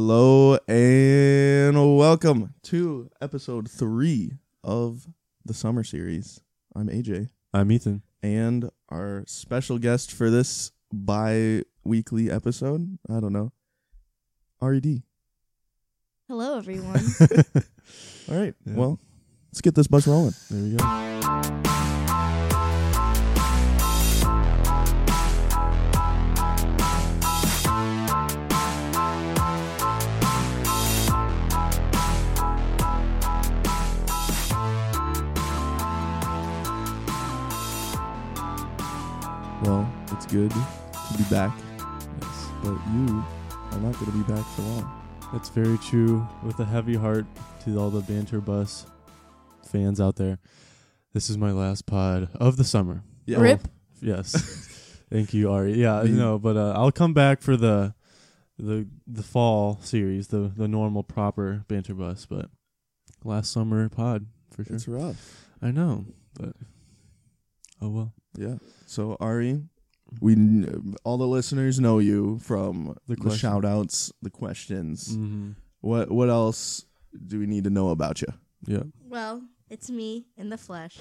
Hello and welcome to episode three of the summer series. I'm AJ, I'm Ethan. and our special guest for this bi weekly episode, I don't know, E RED. Hello, everyone. there All right, Yeah. well, let's get this bus rolling. we go. Well, it's good to be back, but you are not going to be back for long. That's very true. With a heavy heart to all the banter bus fans out there, this is my last pod of the summer. Yeah. Rip. Yes, thank you, Ari. Yeah, Me. no, but uh, I'll come back for the the the fall series, the the normal proper banter bus. But last summer pod for sure. It's rough. I know, but oh well. Yeah. So, Ari, we kn- all the listeners know you from the, The the question. shout outs, the questions. Mm-hmm. What what else do we need to know about you? Yeah. well, it's me in the flesh.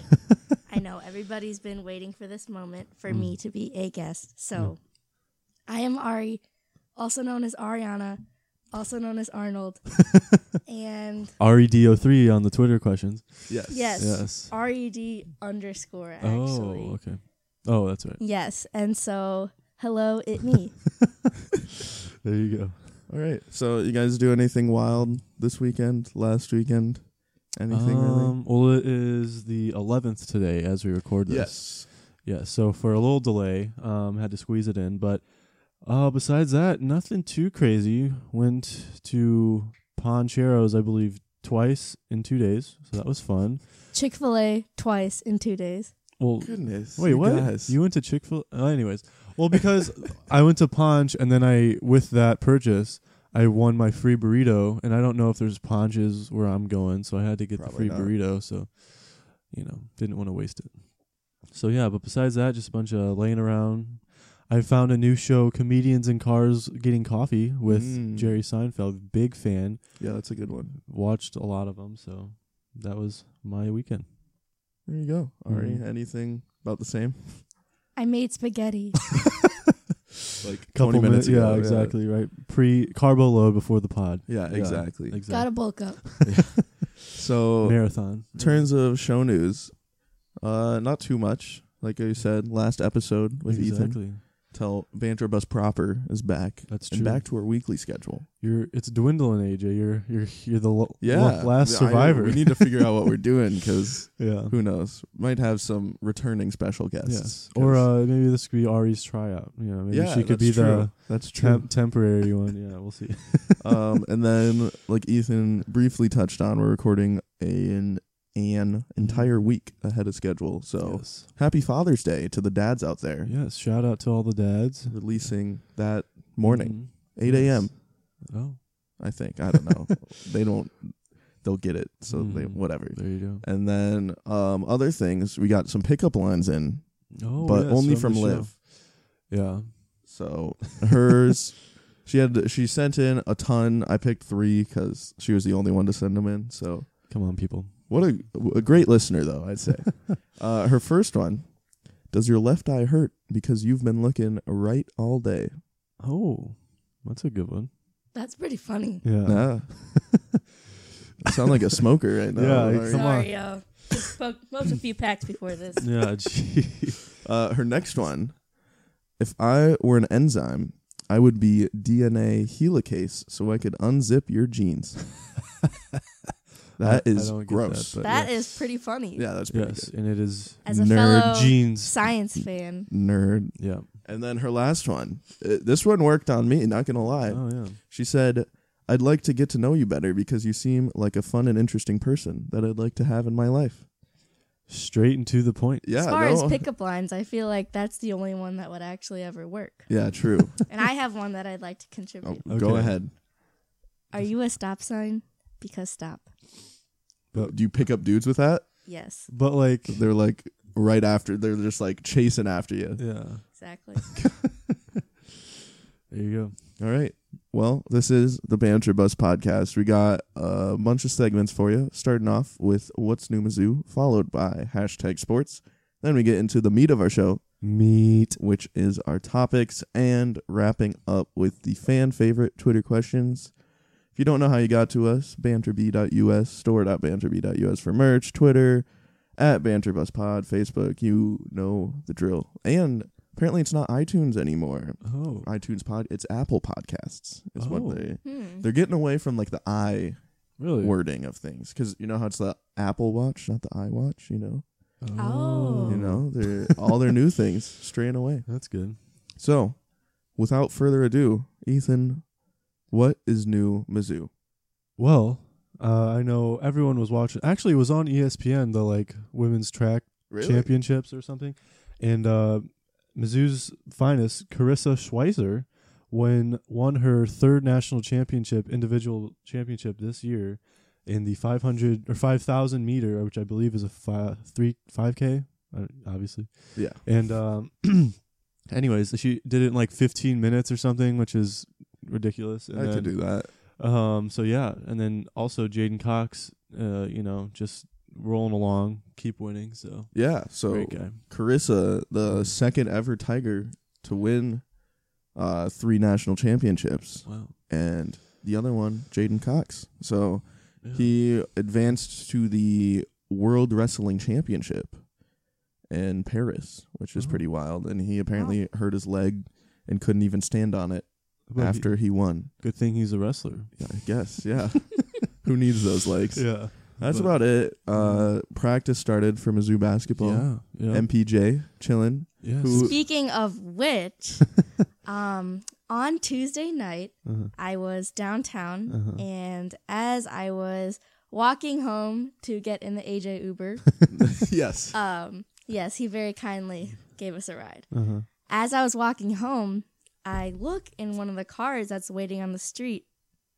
I know everybody's been waiting for this moment for Mm. me to be a guest. So I am Ari, also known as Ariana, also known as Arnold. and E REDO3 on the Twitter questions. Yes. Yes. Yes. RED E underscore, actually. Oh, okay. Oh, that's right. Yes. And so, hello, it me. There you go. All right. So you guys do anything wild this weekend? Last weekend? Anything really? um, Well, it is the 11th today as we record Yes. this. Yeah. So for a little delay, um, had to squeeze it in, but uh, besides that, nothing too crazy. Went to Poncheros, I believe, twice in two days, so that was fun. Chick fil A twice in two days. Well, Goodness. wait, you what? guys. You went to Chick Fil? Uh, anyways, well, because I went to Ponch, and then I with that purchase. I won my free burrito, and I don't know if there's ponches where I'm going, so I had to get the Probably free not. burrito. So, you know, didn't want to waste it. So yeah, but besides that, just a bunch of laying around. I found a new show, Comedians in Cars Getting Coffee with Mm. Jerry Seinfeld. Big fan. yeah, that's a good one. Watched a lot of them, so that was my weekend. There you go. Ari, Mhm. anything about the same? I made spaghetti. Like Couple 20 minutes minute- ago. Yeah, exactly. Right. Pre carbo load before the pod. Yeah, Yeah. exactly. Exactly. Gotta bulk up. So Marathon. in terms of show news, uh not too much. Like I said, last episode with Ethan. exactly. Tell Banter Bus proper is back. That's and true. back to our weekly schedule. You're it's dwindling, AJ. You're you're you're the lo- Yeah, lo- last I- survivor. we need to figure out what we're doing because yeah. who knows? Might have some returning special guests. Yes. Or uh, maybe this could be Ari's tryout. You know, maybe yeah, she could that's be true. that's the true. temp- temporary one. Yeah, we'll see. um, and then like Ethan briefly touched on, we're recording an an entire week ahead of schedule. So Mm-hmm. yes. happy Father's Day to the dads out there. yes. Shout out to all the dads. Releasing that morning, Mhm. eight a.m. Yes. Oh, I think. I don't know. they don't. They'll get it. So they Mhm. whatever. there you go. And then um, other things, we got some pickup lines in, Oh, but yes, only on from the Liv. show. Yeah. So hers, she had she sent in a ton. I picked three because she was the only one to send them in. So Come on, people. what a, a great listener though I'd say. uh, her first one, does your left eye hurt because you've been looking right all day? Oh, that's a good one. That's pretty funny. Yeah. Nah. I sound like a smoker right now. Yeah, Laurie. Come on. Sorry, yo. Just smoked, smoked a few packs before this. Yeah. Gee. Uh, her next one, if I were an enzyme, I would be DNA helicase so I could unzip your genes. That I- I is don't get gross. that, but That is yeah. pretty funny. yeah, that's pretty Yes, good. and it is As a nerd fellow genes. Science fan. Nerd. Yeah. And then her last one. Uh, this one worked on me, not gonna lie. Oh yeah. She said, I'd like to get to know you better because you seem like a fun and interesting person that I'd like to have in my life. Straight and to the point. Yeah. as far as no- pickup lines, I feel like that's the only one that would actually ever work. yeah, true. and I have one that I'd like to Oh, contribute. Go Okay. ahead. Oh. Are you a stop sign? Because stop. But- Do you pick up dudes with that? Yes, But like, They're like right after they're just like chasing after you. yeah. exactly. There you All right. Well, this is the Banter Bus podcast. We got a bunch of segments for you, starting off with What's New Mizzou, followed by hashtag sports. Then we get into the meat of our show, Meat. which is our topics, and wrapping up with the fan favorite Twitter questions. If you don't know how you got to us, banterb.us, store.banterb.us for merch, Twitter, at banterbuspod, Facebook, you know the drill. And apparently it's not iTunes anymore. Oh. iTunes pod, it's Apple Podcasts is Oh. what they Hmm. they're getting away from like the I Really? wording of things because you know how it's the Apple Watch, not the iWatch. You know, Oh. you know, they're all their new things straying away. That's good. So, without further ado, Ethan, what is new Mizzou? Well, uh, I know everyone was watching. Actually, it was on E ESPN, the like women's track championships or something. And uh, Mizzou's finest, Carissa Schweizer, when won her third national championship, individual championship this year in the 500 or 5,000 meter, which I believe is a fi- three 5K, uh, obviously. Yeah. And um, anyways, she did it in like 15 minutes or something, which is ridiculous. And I then- could do that. um. So yeah, and then also Jaden Cox, uh, you know, just rolling along, keep winning. So Yeah. So great Hmm. guy. Carissa, the second ever Tiger to win uh, three national championships, Wow. and the other one, Jaden Cox. So Yeah. He advanced to the World Wrestling Championship in Paris, which is Oh. pretty wild. And he apparently hurt his leg and couldn't even stand on it But he- after he won. good thing he's a wrestler. Yeah, I guess, yeah. Who needs those legs? Yeah. That's but- Mm-hmm. about it. Uh, practice started for Mizzou basketball. Yeah. Yeah. MPJ chilling. yes. Um, who- Speaking of which, um, on Tuesday night, Uh-huh. I was downtown, Uh-huh. and as I was walking home to get in the AJ Uber, yes. um, yes, he very kindly gave us a ride. Uh-huh. As I was walking home, I look in one of the cars that's waiting on the street,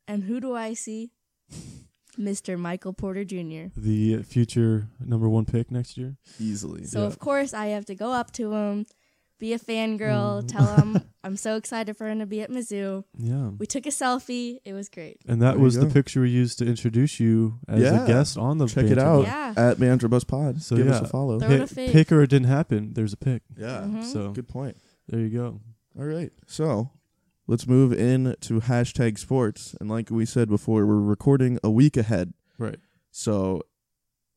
and who do I see? Mr. Michael Porter Jr. The future number one pick next year. Easily. So Yeah. of course I have to go up to him, be a Mm. fangirl, tell him I'm so excited for him to be at Mizzou. Yeah. We took a selfie. It was great. And that There you was the go. picture we used to introduce you as Yeah. a guest on the Check it Banter out Bus. Yeah. at Banter Bus Pod. So, Give us yeah. a follow. Throw it a Pick, fig. pick or it didn't happen. There's a pick. Yeah. Mhm. So Good point. there you go. All right. So let's move in to hashtag sports. And like we said before, we're recording a week ahead. Right. So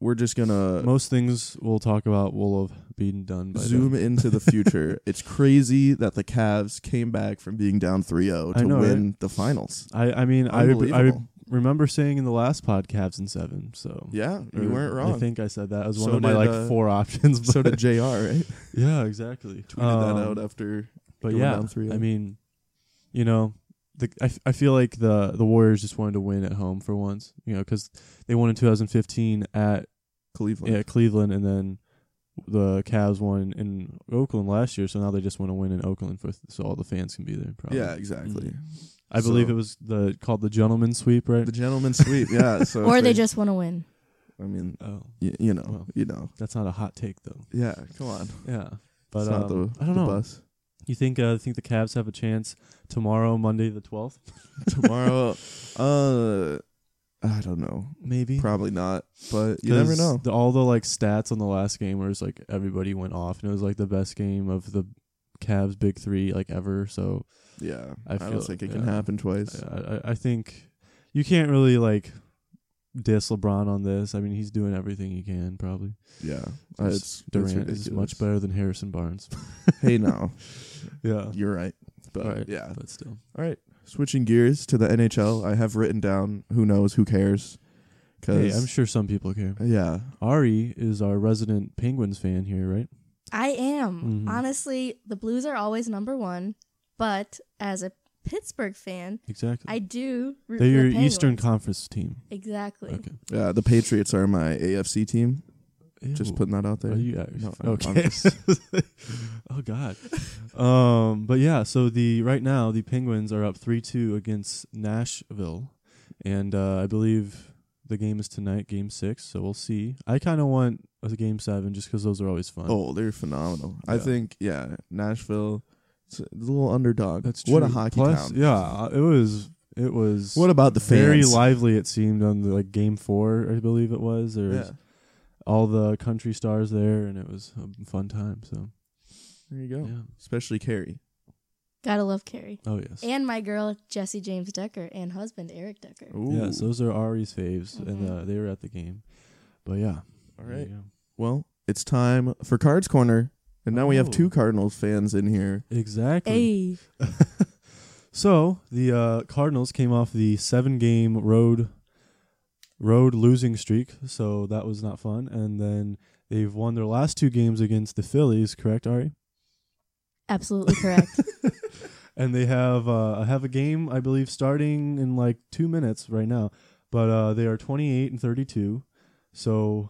we're just going to Most things we'll talk about will have been done by then. zoom into the future. it's crazy that the Cavs came back from being down 3 0 I to know, win the finals. I, I mean, I, re- I re- Unbelievable. remember saying in the last pod Cavs in seven. So yeah, you Or weren't I wrong. think I said that as one So of my did, like uh, four options. But so did JR, right? yeah, exactly. Um, Tweeted that out after. But going yeah, down 3-0. I mean, you know, the I, f- I feel like the the Warriors just wanted to win at home for once. You know, because they won in 2015 at Cleveland. yeah, Cleveland, and then the Cavs won in Oakland last year. So now they just want to win in Oakland for so all the fans can be there. Probably. Mm. Yeah, exactly. I believe so- it was the called the gentleman sweep, right? The gentleman sweep, yeah. So or if they just want to win. I mean, oh, y- you know, Well. you know, that's not a hot take though. yeah. Come on, Yeah. But it's um, not the, I don't the know. bus. You think uh, think the Cavs have a chance tomorrow, Monday the twelfth? tomorrow. uh, I don't know. Maybe. Probably not. But you never 'Cause know. the- all the like stats on the last game where it's like everybody went off and it was like the best game of the Cavs big three like ever. So yeah, I I, feel- don't think it can yeah. happen twice. I, I, I think you can't really like diss LeBron on this. I mean he's doing everything he can probably. Yeah, Uh, it's it's Durant is much ridiculous. better than Harrison Barnes. Hey, now yeah. you're right. But Right. yeah, But still. all right. Switching gears to the NHL, I have written down who knows, who cares, Hey, because I'm sure some people care. yeah, Ari is our resident Penguins fan here, right? I am. Mhm. Honestly, the Blues are always number one, but as a Pittsburgh fan, Exactly. I do root They're for your the Penguins. Eastern Conference team. Exactly. Okay. yeah. The Patriots are my AFC team. Just Ew. putting that out there. Are you uh, No, I'm- okay? I'm oh God. Um, but yeah, so the right now the Penguins are up three two against Nashville, and uh, I believe the game is tonight, Game Six. So we'll see. I kind of want a Game Seven just because those are always fun. Oh, they're phenomenal. I Yeah. think yeah, Nashville It's a little underdog. That's What a true. hockey Plus, town. Yeah, uh, it was. It was. What about the fans? very lively it seemed on the, like game four, I believe it was. There Yeah. was all the country stars there, and it was a fun time. So There you go. yeah. Especially Carrie. Gotta love Carrie. Oh yes. And my girl, Jesse James Decker, and husband, Eric Decker. Ooh. Yes, those are Ari's faves, and Mhm. uh, they were at the game. But yeah. All there right. you Well, it's time for Cards Corner. And now we have Oh. two Cardinals fans in here. go. Exactly. Hey. So the uh, Cardinals came off the seven-game road road losing streak, so that was not fun. And then they've won their last two games against the Phillies, correct, Ari? Absolutely correct. And they have uh, have a game, I believe, starting in like two minutes right now. But uh, they are 28 and 32, so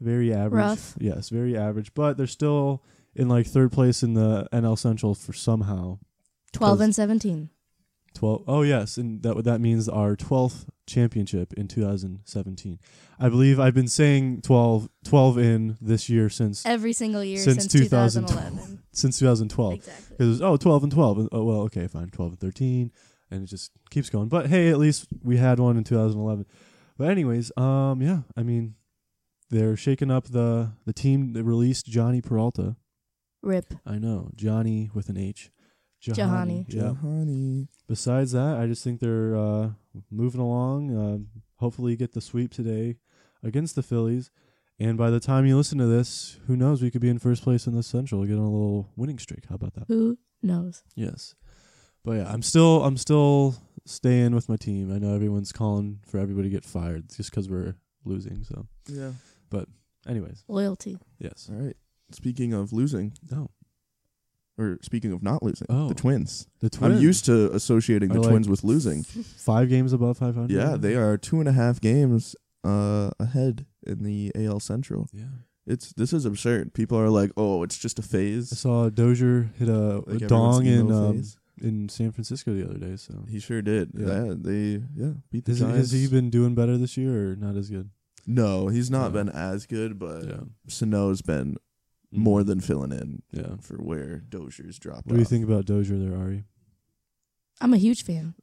very average. Rough. Yes, very average. But they're still in like third place in the NL Central for somehow. 12 and 17. 12 oh yes and that that means our 12th championship in 2017 i believe i've been saying 12 12 in this year since Every single year Since since, 2012. 2011. since 2012 Exactly. because oh 12 and 12 and, oh well okay fine 12 and 13 and it just keeps going but hey at least we had one in 2011 but anyways um yeah i mean they're shaking up the the team that released johnny peralta Rip. i know johnny with an h Johnny. yeah Honey. besides that, I just think they're uh, moving along. Uh, hopefully, get the sweep today against the Phillies. And by the time you listen to this, who knows? We could be in first place in the Central, get on a little winning streak. How about that? Who knows? Yes. But yeah, I'm still I'm still staying with my team. I know everyone's calling for everybody to get fired just because we're losing. So, Yeah. anyways, Loyalty. yes. All right. Speaking of losing, No, or speaking of not losing, Oh. the twins. the Twins. I'm used to associating the Are like- twins with losing. five games above 500. Yeah, they are two and a half games uh, ahead in the AL Central. Yeah. It's this is absurd. People are like, "Oh, it's just a I phase." saw Dozier hit a, Like a everyone's dong in emo um, phase. in San Francisco the other day. So He sure did. Yeah. Yeah, they yeah beat the Has, has Giants. he been doing better this year or not as good? no, he's not No. been as good, but Sano's been Uh, more than filling in Yeah. What for where Dozier's dropped. Mm-hmm. do you off. think about Dozier there, Ari? I'm a huge fan.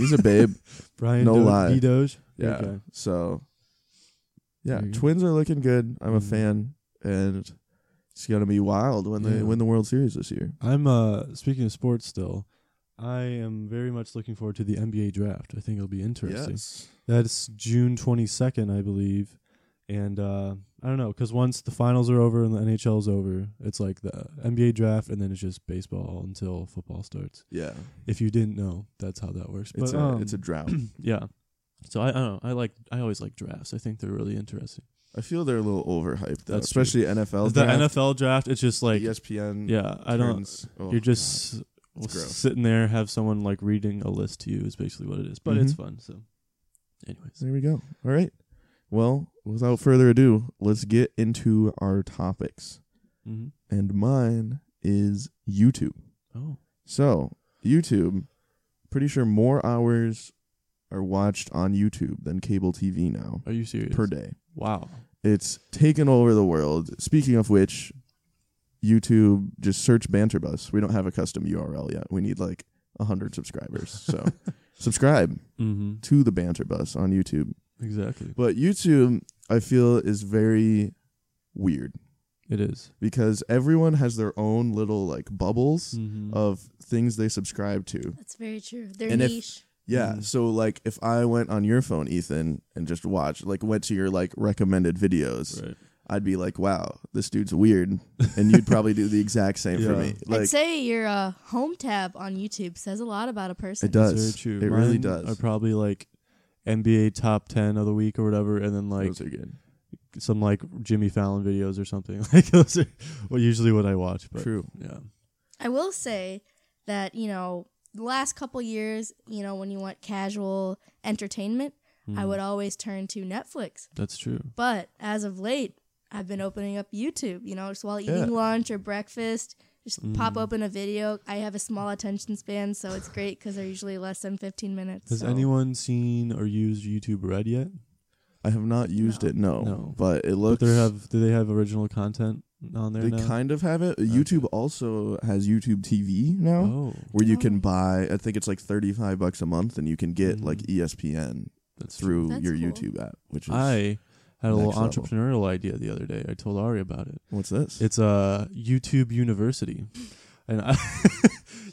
He's a babe. Brian No Do- lie. D Doge? Yeah. Okay. So, yeah, There you go. Twins are looking good. I'm a Mhm. fan, and it's gonna be wild when they Yeah. win the World Series this year. I'm uh speaking of sports still, I am very much looking forward to the NBA draft. I think it'll be interesting. Yes. That's June 22nd, I believe. And uh, I don't know, because once the finals are over and the NHL is over, it's like the NBA draft, and then it's just baseball until football starts. Yeah. If you didn't know, that's how that works. It's but, a um, it's a drought. Yeah. So I, I don't know. I like I always like drafts. I think they're really interesting. I feel they're a little overhyped, though, E That's true. especially NFL. the draft, NFL draft, it's just like ESPN. yeah, I don't. turns- oh, you're just God. It's s- gross. sitting there, have someone like reading a list to you is basically what it is, but it's Mhm. fun. So, anyways, There we go. All right. Well, without further ado, let's get into our topics. mm-hmm. And mine is YouTube. oh So, YouTube, pretty sure more hours are watched on YouTube than cable TV now are you serious? per day. wow, It's taken over the world. Speaking of which, YouTube, just search Banterbus. We don't have a custom URL yet. We need like 100 subscribers. So, subscribe mm-hmm. to the Banterbus on YouTube. exactly, But YouTube, I feel, is very weird it is. because everyone has their own little like bubbles Mm-hmm. of things they subscribe to. That's very true. They're And if- niche. Yeah. Mhm. So like if I went on your phone, Ethan, and just watched like went to your like recommended videos, right. I'd be like, Wow, this dude's weird. And you'd probably do the exact same for Yeah. me. Like I'd say your uh, home tab on YouTube says a lot about a person. it does. It's very It true. really Mine does. Are probably like NBA top ten of the week or whatever, and then like Those are good. some like Jimmy Fallon videos or something. Like those are what usually what I watch. But True. yeah, I will say that, you know, the last couple years, you know, when you want casual entertainment, I Hmm. Mm. would always turn to Netflix. That's true. But as of late, I've been opening up YouTube, you know, just while eating Yeah. lunch or breakfast, just pop Mm. open a video. I have a small attention span, so it's great because they're usually less than 15 minutes. Has so. anyone seen or used YouTube Red yet? I have not used No. it. No, No. but it But looks. they have do they have original content on there they now? kind of have it. YouTube also has YouTube TV now. oh, where you Oh. can buy i think it's like 35 bucks a month and you can get like E Mhm. espn that's true. through That's your cool. youtube app which is I had a little Next level. entrepreneurial idea the other day. I told Ari about it. what's this It's a YouTube University, and I,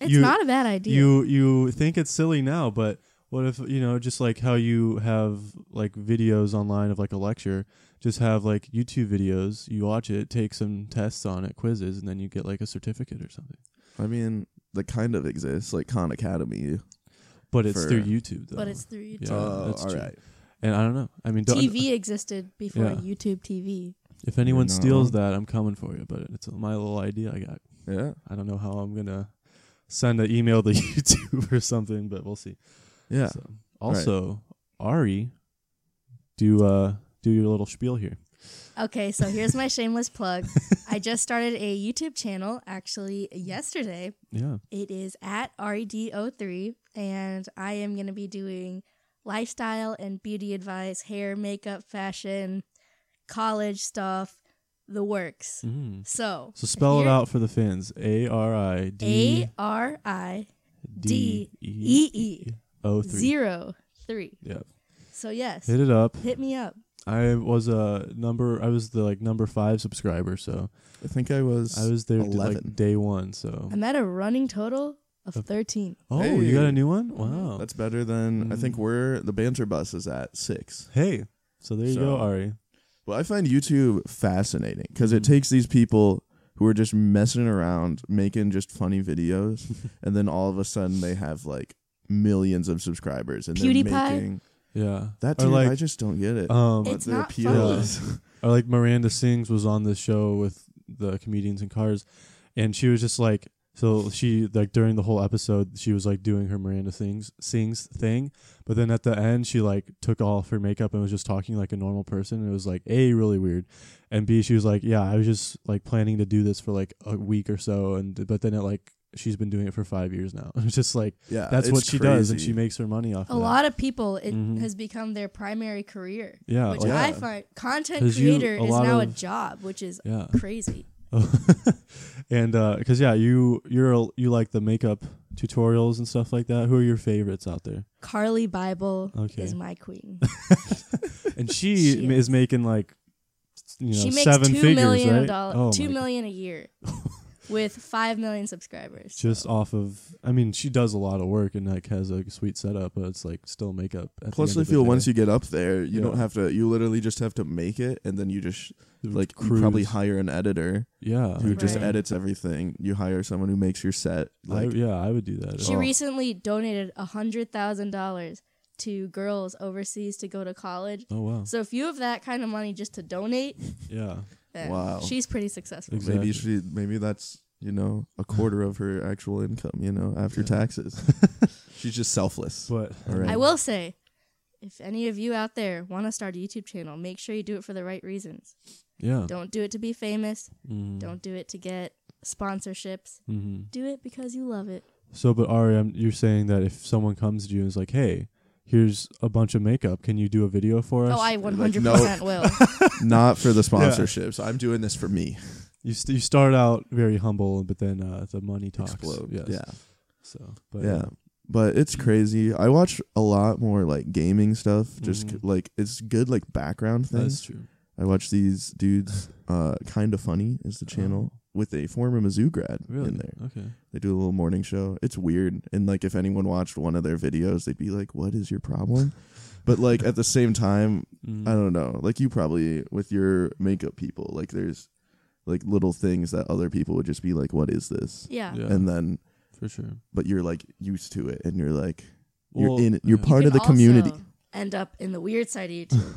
It's You- not a bad idea. you you think it's silly now, but what if you know just like how you have like videos online of like a lecture, just have like YouTube videos. You watch it, take some tests on it, quizzes, and then you get like a certificate or something. i mean that kind of exists like khan academy But it's For- through YouTube though. but it's through YouTube. Yeah, Oh, that's all true. right. and I don't know. I mean, don't, TV existed before Yeah. YouTube TV. if anyone You're not steals wrong. that, I'm coming for you. But it's my little idea I got. yeah I don't know how I'm gonna send an email to YouTube or something, but we'll see. yeah So, also, Ari, do uh do your little spiel here. Okay, so here's my shameless plug. I just started a YouTube channel actually yesterday. Yeah. It is at E RED03, and I am going to be doing lifestyle and beauty advice, hair, makeup, fashion, college stuff, the works. Mm-hmm. Mm. So, So spell it here- out for the fans. A R I D A R I D E E E O three. zero three. Yeah. So, yes, Hit it up. hit me up. I was a number. I was the like number five subscriber, so i think i was, I was there like 11. day one. So I'm at a running total of 13. oh, you got Hey. Mm-hmm. a new one? Wow. that's better than i think Mm. where the banter bus is at six hey. So there you So- go, Ari. well i find youtube fascinating because it Mhm. takes these people who are just messing around making just funny videos and then all of a sudden they have like millions of subscribers and PewDiePie? they're making Yeah. that Or dude, i just don't get it um, But It's their not appeal funny. is- Or like Miranda Sings was on this show with the comedians in cars, and she was just like, so she like during the whole episode she was like doing her Miranda Sings Sings thing, but then at the end she like took off her makeup and was just talking like a normal person. And it was like a really weird, and b she was like, yeah, I was just like planning to do this for like a week or so, and but then it like she's been doing it for five years now. It's just like Yeah, that's what Uh, it's she does, and crazy. she makes her money off. A of that. lot of people, it Mhm. has become their primary career. yeah, Which like- yeah. I find content 'Cause you- creator a is lot now a of- job, which is yeah. crazy. and because yeah, you you're you like the makeup tutorials and stuff like that. Who are your favorites out there? Carly Bible Okay. is my queen. And she, She ma- is. making like you know she makes seven two figures, million right? a dollar, Oh two my God. million a year, with five million subscribers. Just off of, I mean, she does a lot of work and like has a sweet setup, but it's like still makeup. At Plus, the I end feel of the once day. you get up there, you Yeah. don't have to. You literally just have to make it, and then you just like you Cruise. Oh, probably hire an editor yeah, who just Right. edits everything. You hire someone who makes your set. Like, I, yeah, I would do that. she Oh. recently donated a hundred thousand dollars to girls overseas to go to college. oh wow, So if you have that kind of money just to donate, yeah, then Wow. she's pretty successful. Exactly. maybe she, maybe that's you know a quarter of her actual income. You know, after Yeah. taxes, she's just selfless. but All um, right. I will say, if any of you out there want to start a YouTube channel, make sure you do it for the right reasons. yeah, Don't do it to be famous. mm, Don't do it to get sponsorships. hmm Do it because you love it. So, but Ari, I'm, you're saying that if someone comes to you and is like, "Hey, here's a bunch of makeup. Can you do a video for us?" Oh, I like, 100% will. Not for the sponsorships. I'm doing this for me. you st- you start out very humble, but then uh, the money talks. Explode. Yes. Yeah. So, but yeah. But it's Mm. crazy. I watch a lot more like gaming stuff. Just Mhm. like it's good like background things. that's true. I watch these dudes. Uh, kind of funny is the channel with a former Mizzou grad Uh-huh. Really? Uh-huh. in there. Okay. They do a little morning show. It's weird. And like, if anyone watched one of their videos, they'd be like, "What is your problem?" but like at the same time, Mm. I don't know. Like you probably with your makeup people, like there's like little things that other people would just be like, "What is this?" Yeah. Yeah, And then, for sure. but you're like used to it, and you're like, you're Well, in it. You're yeah. part could of the also community. End up in the weird side of YouTube.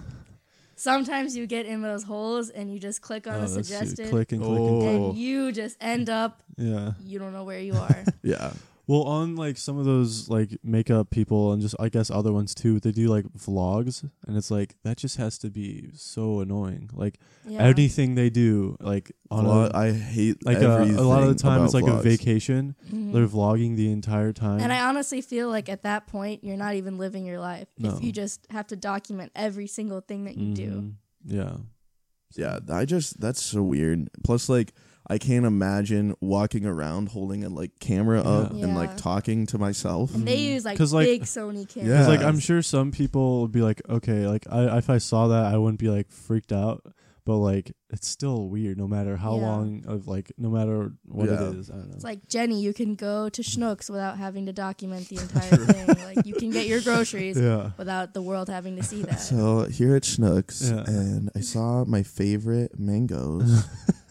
Sometimes you get in those holes and you just click on Oh, the that's true. suggested, Click and click. Oh. And click. and you just end up. Yeah. You don't know where you are. Yeah. Well, on like some of those like makeup people and just I guess other ones too, they do like vlogs and it's like that just has to be so annoying. Like Yeah. anything they do, like on Vlog- a, I hate like uh, a, a lot of the everything time it's about like a vlogs. vacation. Mhm. They're vlogging the entire time. And I honestly feel like at that point, you're not even living your life No. if you just have to document every single thing that Mm. you do. Mhm. Yeah. Yeah, I just that's so weird. Plus, like, I can't imagine walking around holding a like camera up Yeah. and Yeah. like talking to myself. And they use like, 'Cause, like- big Sony cameras. Yeah. It's like I'm sure some people would be like, okay, like I if I saw that I wouldn't be like freaked out, but like it's still weird no matter how Yeah. long of like no matter what Yeah. it is. I don't know. It's like Jenny, you can go to Schnucks without having to document the entire thing. Like you can get your groceries yeah. without the world having to see that. So here at Schnucks, Yeah. and I saw my favorite mangoes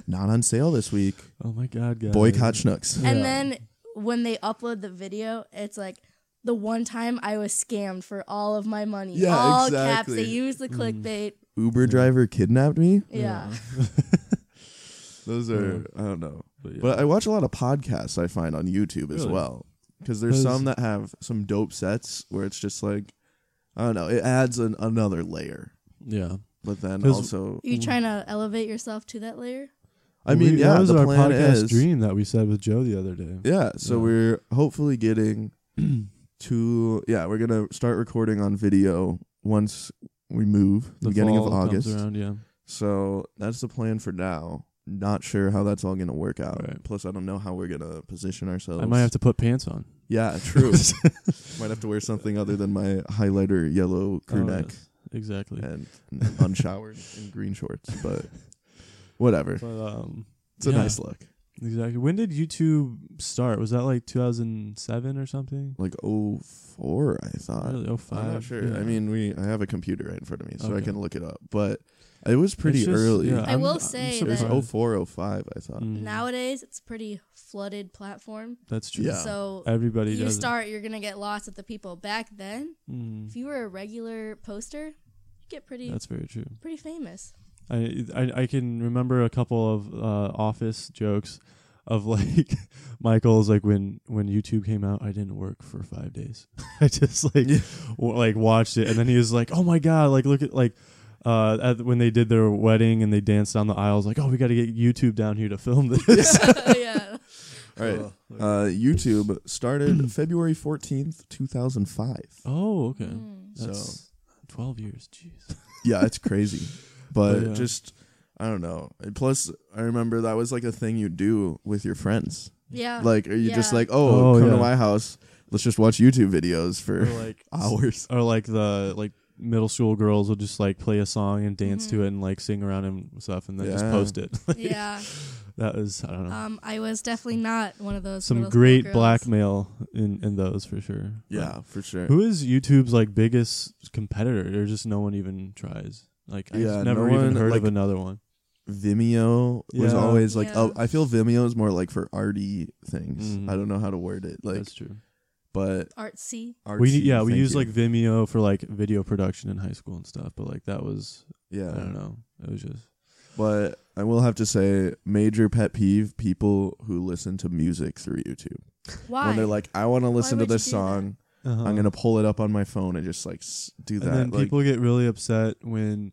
not on sale this week. Oh my god, guys. Boycott Schnucks. And Yeah. then when they upload the video, it's like the one time I was scammed for all of my money. Yeah, all caps. exactly. Mm. They use the clickbait. Uber driver kidnapped me. Yeah. Those are- I don't know. but, yeah. But I watch a lot of podcasts I find on YouTube as Really? well. Because there's Those- some that have some dope sets where it's just like, I don't know, it adds an, another layer. yeah. But then 'Cause- also, Are you trying to elevate yourself to that layer? I mean, We- yeah, that was the our plan podcast is. dream that we said with Joe the other day. Yeah, so Yeah. we're hopefully getting to, yeah, we're going to start recording on video once we move, the The beginning of fall comes August. around, yeah. So that's the plan for now. Not sure how that's all going to work out. Right. Plus, I don't know how we're going to position ourselves. I might have to put pants on. Yeah, true. Might have to wear something other than my highlighter yellow crew Oh, neck yes, Exactly. and unshowered and green shorts, but whatever. But um It's a Yeah. nice look. exactly. When did YouTube start? Was that like 2007 or something? Like oh four, I thought. really? Oh five. Uh, I'm not sure. Yeah. I mean, we I have a computer right in front of me, so I Okay. can look it up. But it was pretty It's just- early. yeah, I I'm- will I'm say It was surprised. that- oh four, oh five, I thought. Mm, Nowadays, it's a pretty flooded platform. that's true. Yeah. So Everybody you does. it. start, you're gonna get lost at the people. Back then, Mm, if you were a regular poster, you get pretty that's very true. pretty famous. I, I I can remember a couple of uh, office jokes of like Michael's like when when YouTube came out, I didn't work for five days. I just like Yeah. w- like watched it, and then he was like, "Oh my god!" Like look at like. Uh, at, when they did their wedding and they danced down the aisles, like, oh, we got to get YouTube down here to film this. yeah. Mm. All right. Oh. Uh, YouTube started February fourteenth, two thousand five. oh, okay. Mm. That's twelve years. Jeez. yeah, it's crazy. But But, yeah. just I don't know. And plus, I remember that was like a thing you do with your friends. Yeah. Like, are you just Uh, Yeah. like, oh, Oh, come to yeah. my house, let's just watch YouTube videos Or for like hours. or like the like middle school girls will just like play a song and dance to it and like sing around and stuff and then just Yeah. post it. Like, Mm-hmm. yeah. That is I don't know. Um, I was definitely not one of those. some middle school great girls. blackmail in in those for sure. Like, Yeah, for sure. who is YouTube's like biggest competitor or just no one even tries? Like I've Yeah, never no one, even heard like- of another one. Vimeo was Yeah. always like, Yeah. oh, I feel Vimeo is more like for arty things. Mhm. I don't know how to word it, like, That's true. but Artsy. we artsy, yeah, we thank used you. like Vimeo for like video production in high school and stuff, but like that was I yeah. don't know. It was just But I will have to say, major pet peeve: people who listen to music through YouTube. Why? When they're like, I want to listen to would you this do that? song. uh-huh. I'm gonna pull it up on my phone and just like s- do that. And then like, people get really upset when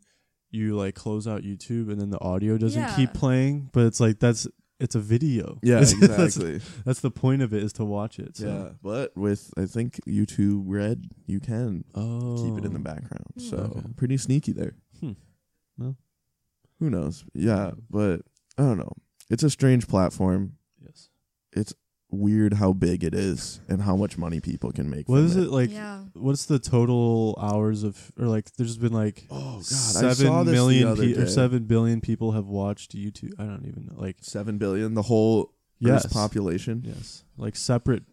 you like close out YouTube and then the audio doesn't Yeah. keep playing, but it's like that's it's a video. yeah, It's- that's, exactly. that's the point of it is to watch it. So. yeah, but with I think YouTube Red, you can Oh. Hmm. keep it in the background. So Okay. pretty sneaky there. Hmm. Well. who knows? Yeah, but I don't know. It's a strange platform. Yes. Weird how big it is and how much money people can make. What from is it like? yeah. What's the total hours of or like? There's been like Oh God, I saw seven this million the other pe- or day. seven billion people have watched YouTube. I don't even know. Like seven billion. The whole yes, Earth's population. yes, like separate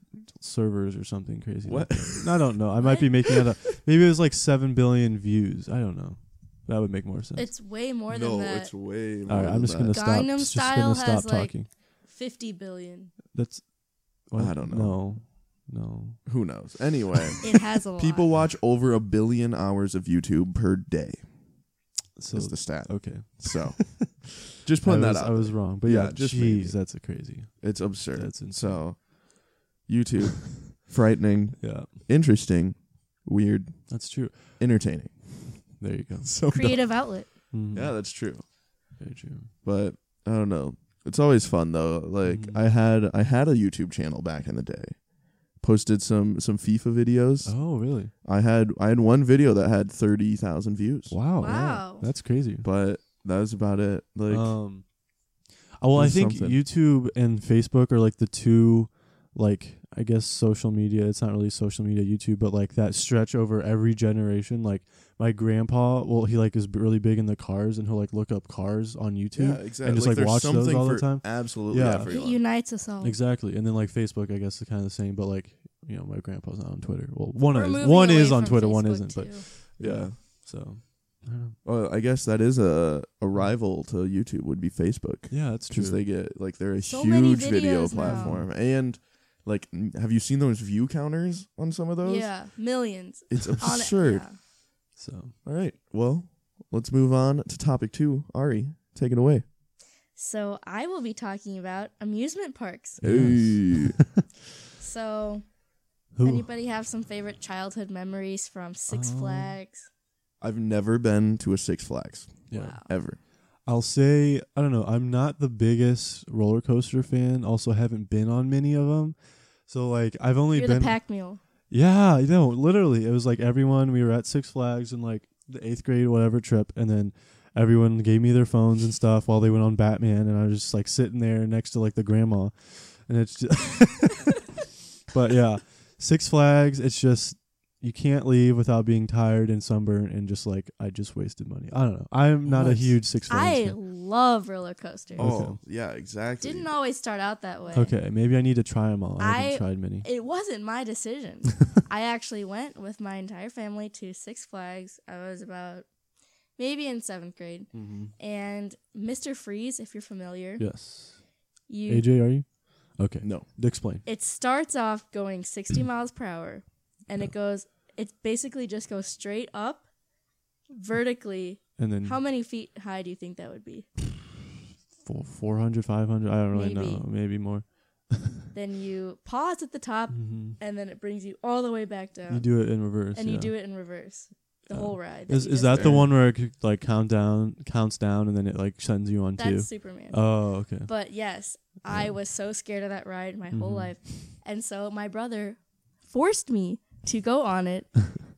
servers or something crazy. What? like that. I don't know. I might be making that up. Maybe it was like seven billion views. I don't know. That would make more sense. It's way more no, than that. it's way. More All right, than I'm just that. gonna stop. Gangnam just Style gonna stop has, like- talking. Fifty billion. That's. I don't know. No, no. Who knows? Anyway. It has a lot. People watch over a billion hours of YouTube per day. So Is the stat. okay, So just I putting was, that I out. was wrong, but yeah, Yeah, just jeez, maybe. that's a crazy. It's absurd. That's insane. so YouTube. Frightening, Yeah, interesting, weird, that's true. entertaining. There you go. So Creative outlet. Mhm. yeah, that's true. Very true. But I don't know. It's always fun though. Like Mhm. I had I had a YouTube channel back in the day. Posted some some FIFA videos. Oh, really? I had I had one video that had thirty thousand views, Wow. yeah. Wow. That's crazy. but that was about it. Like um, uh, well, I That's think something. YouTube and Facebook are like the two, like I guess social media. It's not really social media, YouTube, but like that stretch over every generation. Like my grandpa, well, he like is b- really big in the cars, and he'll like look up cars on YouTube. yeah, exactly. just, like, there's watch those something all the for time. Absolutely Yeah. It everyone. unites us all. Exactly, and then like Facebook, I guess is kind of the same, but like you know, my grandpa's not on Twitter. Well, one We're is moving one away is on from Twitter, one Facebook, isn't. But too. yeah. so, I don't know. Well, I guess that is a, a rival to YouTube would be Facebook yeah, that's true. because they get like they're a So many huge video videos now. platform and like n- have you seen those view counters on some of those? yeah, millions. It's On it, absurd. yeah. so All right. Well, let's move on to topic 2. Ari, take it away. So I will be talking about amusement parks. Yes. Hey. So who? anybody have some favorite childhood memories from Six Um, Flags? I've never been to a Six Flags yeah. Wow. ever. I'll say I don't know. I'm not the biggest roller coaster fan. Also, haven't been on many of them. So like I've only You're been the pack mule. yeah, no, literally it was like everyone we were at Six Flags in like the eighth grade whatever trip, and then everyone gave me their phones and stuff while they went on Batman, and I was just like sitting there next to like the grandma, and it's just but yeah, Six Flags. It's just you can't leave without being tired and sunburned and just like I just wasted money. I don't know. I'm not a What? huge Six Flags. I fan. love roller coasters. Oh, Okay. yeah, exactly. Didn't always start out that way. Okay, maybe I need to try them all. I, haven't I- tried many. It wasn't my decision. I actually went with my entire family to Six Flags. I was about maybe in seventh grade. Mm-hmm. And Mr. Freeze, if you're familiar, Yes. you AJ, are you? Okay. No. Explain. it starts off going 60 miles per hour and it goes it basically just goes straight up vertically And then how many feet high do you think that would be four, 400, 500, I don't really Maybe. know. Maybe more. then you pause at the top hmm and then it brings you all the way back down You do it in reverse. and you yeah. do it in reverse the Yeah. whole ride Is, you is just that did. the one where it could, like count down, counts down, and then it like sends you on that's to? superman Oh, okay. but yes i Yeah. was so scared of that ride my whole Mhm. life and so my brother forced me to go on it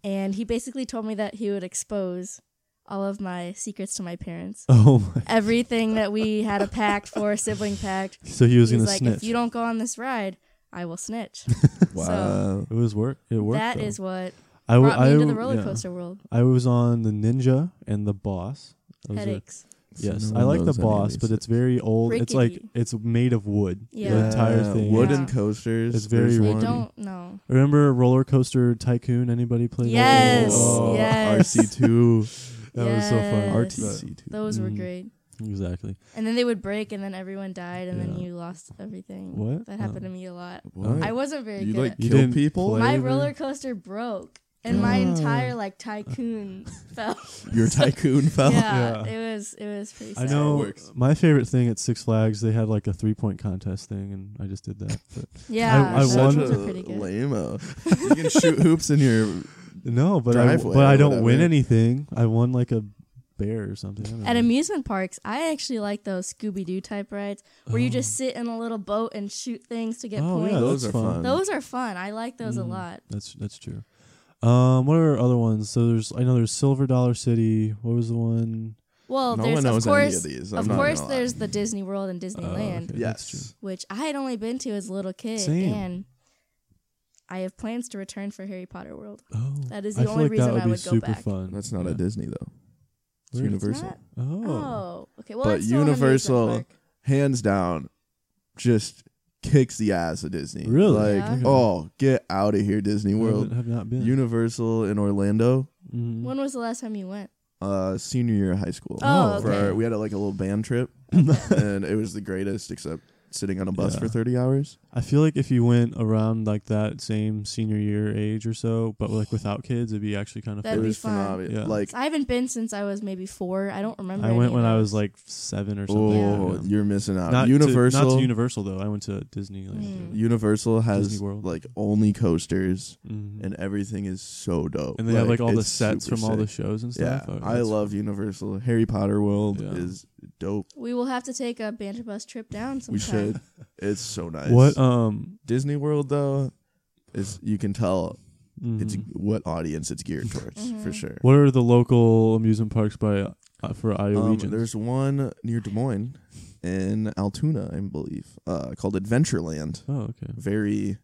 and he basically told me that he would expose all of my secrets to my parents Oh my! everything that we had a pact for, a sibling pact. So he was He's gonna like, snitch. if you don't go on this ride, I will snitch. wow. it was work. It worked. That though. is what I w- brought me into I the w- roller yeah. coaster world. I was on the Ninja and the Boss. Those are- Headaches. Yes, So no I one like the knows any of boss, these but it's very old. It's like Rickety. it's made of wood. The Yeah. entire Yeah, thing. Wooden Yeah. coasters. It's very There's They They one. don't know. Remember Roller Coaster Tycoon? Anybody play? that? Yes, Oh, yes. RC2. That was so fun. Yes. RTC too. Those were Mhm. great. But- exactly. And then they would break, and then everyone died, and then Yeah. you lost everything. What? That happened Oh. to me a lot. What? I wasn't Uh, very you good. like at You kill didn't people? play? my flavor? roller coaster broke, and my Oh. Ah. entire like tycoon fell. Your tycoon fell. yeah, Yeah. it was it was pretty. I Sad. know works. my favorite thing at Six Flags. They had like a three point contest thing, and I just did that. But Yeah, I those won- ones are pretty good. lame-o. you can shoot hoops in your no, but I Driveway but I or don't win whatever. anything. I won like a bear or something. I don't At know. amusement parks, I actually like those Scooby Doo type rides where you just sit in a little boat and shoot things to get oh points. yeah, Oh. Those that's are fun. Hmm. Those are fun. I like those a Mm. lot. That's that's true. Um, what are other ones? So there's I know there's Silver Dollar City. What was the one? Well, no there's one knows of course, any of these. I'm of not course, gonna lie. there's the Disney World and Oh, Disneyland, okay, that's true. Yes. which I had only been to as a little kid, Same. and I have plans to return for Harry Potter World. Oh, That is I the feel only like reason that would I be would go super back. fun. That's not Yeah. a Disney though. It's Where is it? Universal. Not- Oh. Oh, okay. Well, But that's still an amusement Universal- park. hands down, just kicks the ass of Disney. Really? Like, Yeah. oh, get out of here, Disney I World. haven't- have not been. Universal in Orlando, Mhm. When was the last time you went? uh, senior year of high school. Oh, For okay. our- we had a, like a little band trip, and it was the greatest. Except sitting on a bus Yeah. for 30 hours. I feel like if you went around like that same senior year age or so, but like without kids, it'd be actually kind of. That'd it be was fun. phenomenal. Yeah. Like, I haven't been since I was maybe four. I don't remember. I any went of when I those. was like seven or something. oh, Yeah. you're missing out. Not Universal. To, not to Universal though. I went to Disneyland. Mm. Universal has Disney World. like only coasters, Mhm. and everything is so dope. And they have like all the it's sets super from all the sick. shows and yeah, stuff. Oh, I that's- love Universal. Harry Potter World Yeah. is dope. We will have to take a banter bus trip down sometime. We should. It's so nice. what. Um, Disney World though is you can tell it's mhm. what audience it's geared towards for Mhm. sure. what are the local amusement parks by uh, for Iowa Um, regions? there's one near Des Moines in Altoona, I believe, uh, called Adventureland. Oh, okay. Very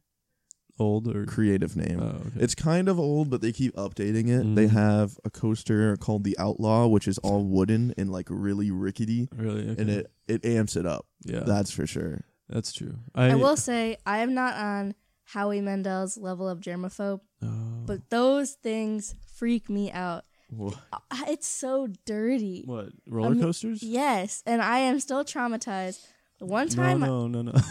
Old or creative name. oh, okay. It's kind of old, but they keep updating it. Mm. They have a coaster called the Outlaw, which is all wooden and like really rickety, really okay. Um, and it it amps it up. yeah, That's for sure. that's true. I will say I am not on Howie Mendel's level of germaphobe, Oh. but those things freak me out. Wha- Uh, It's so dirty. what roller Amu- coasters? Yes, and I am still traumatized. The one time No, no, no, no.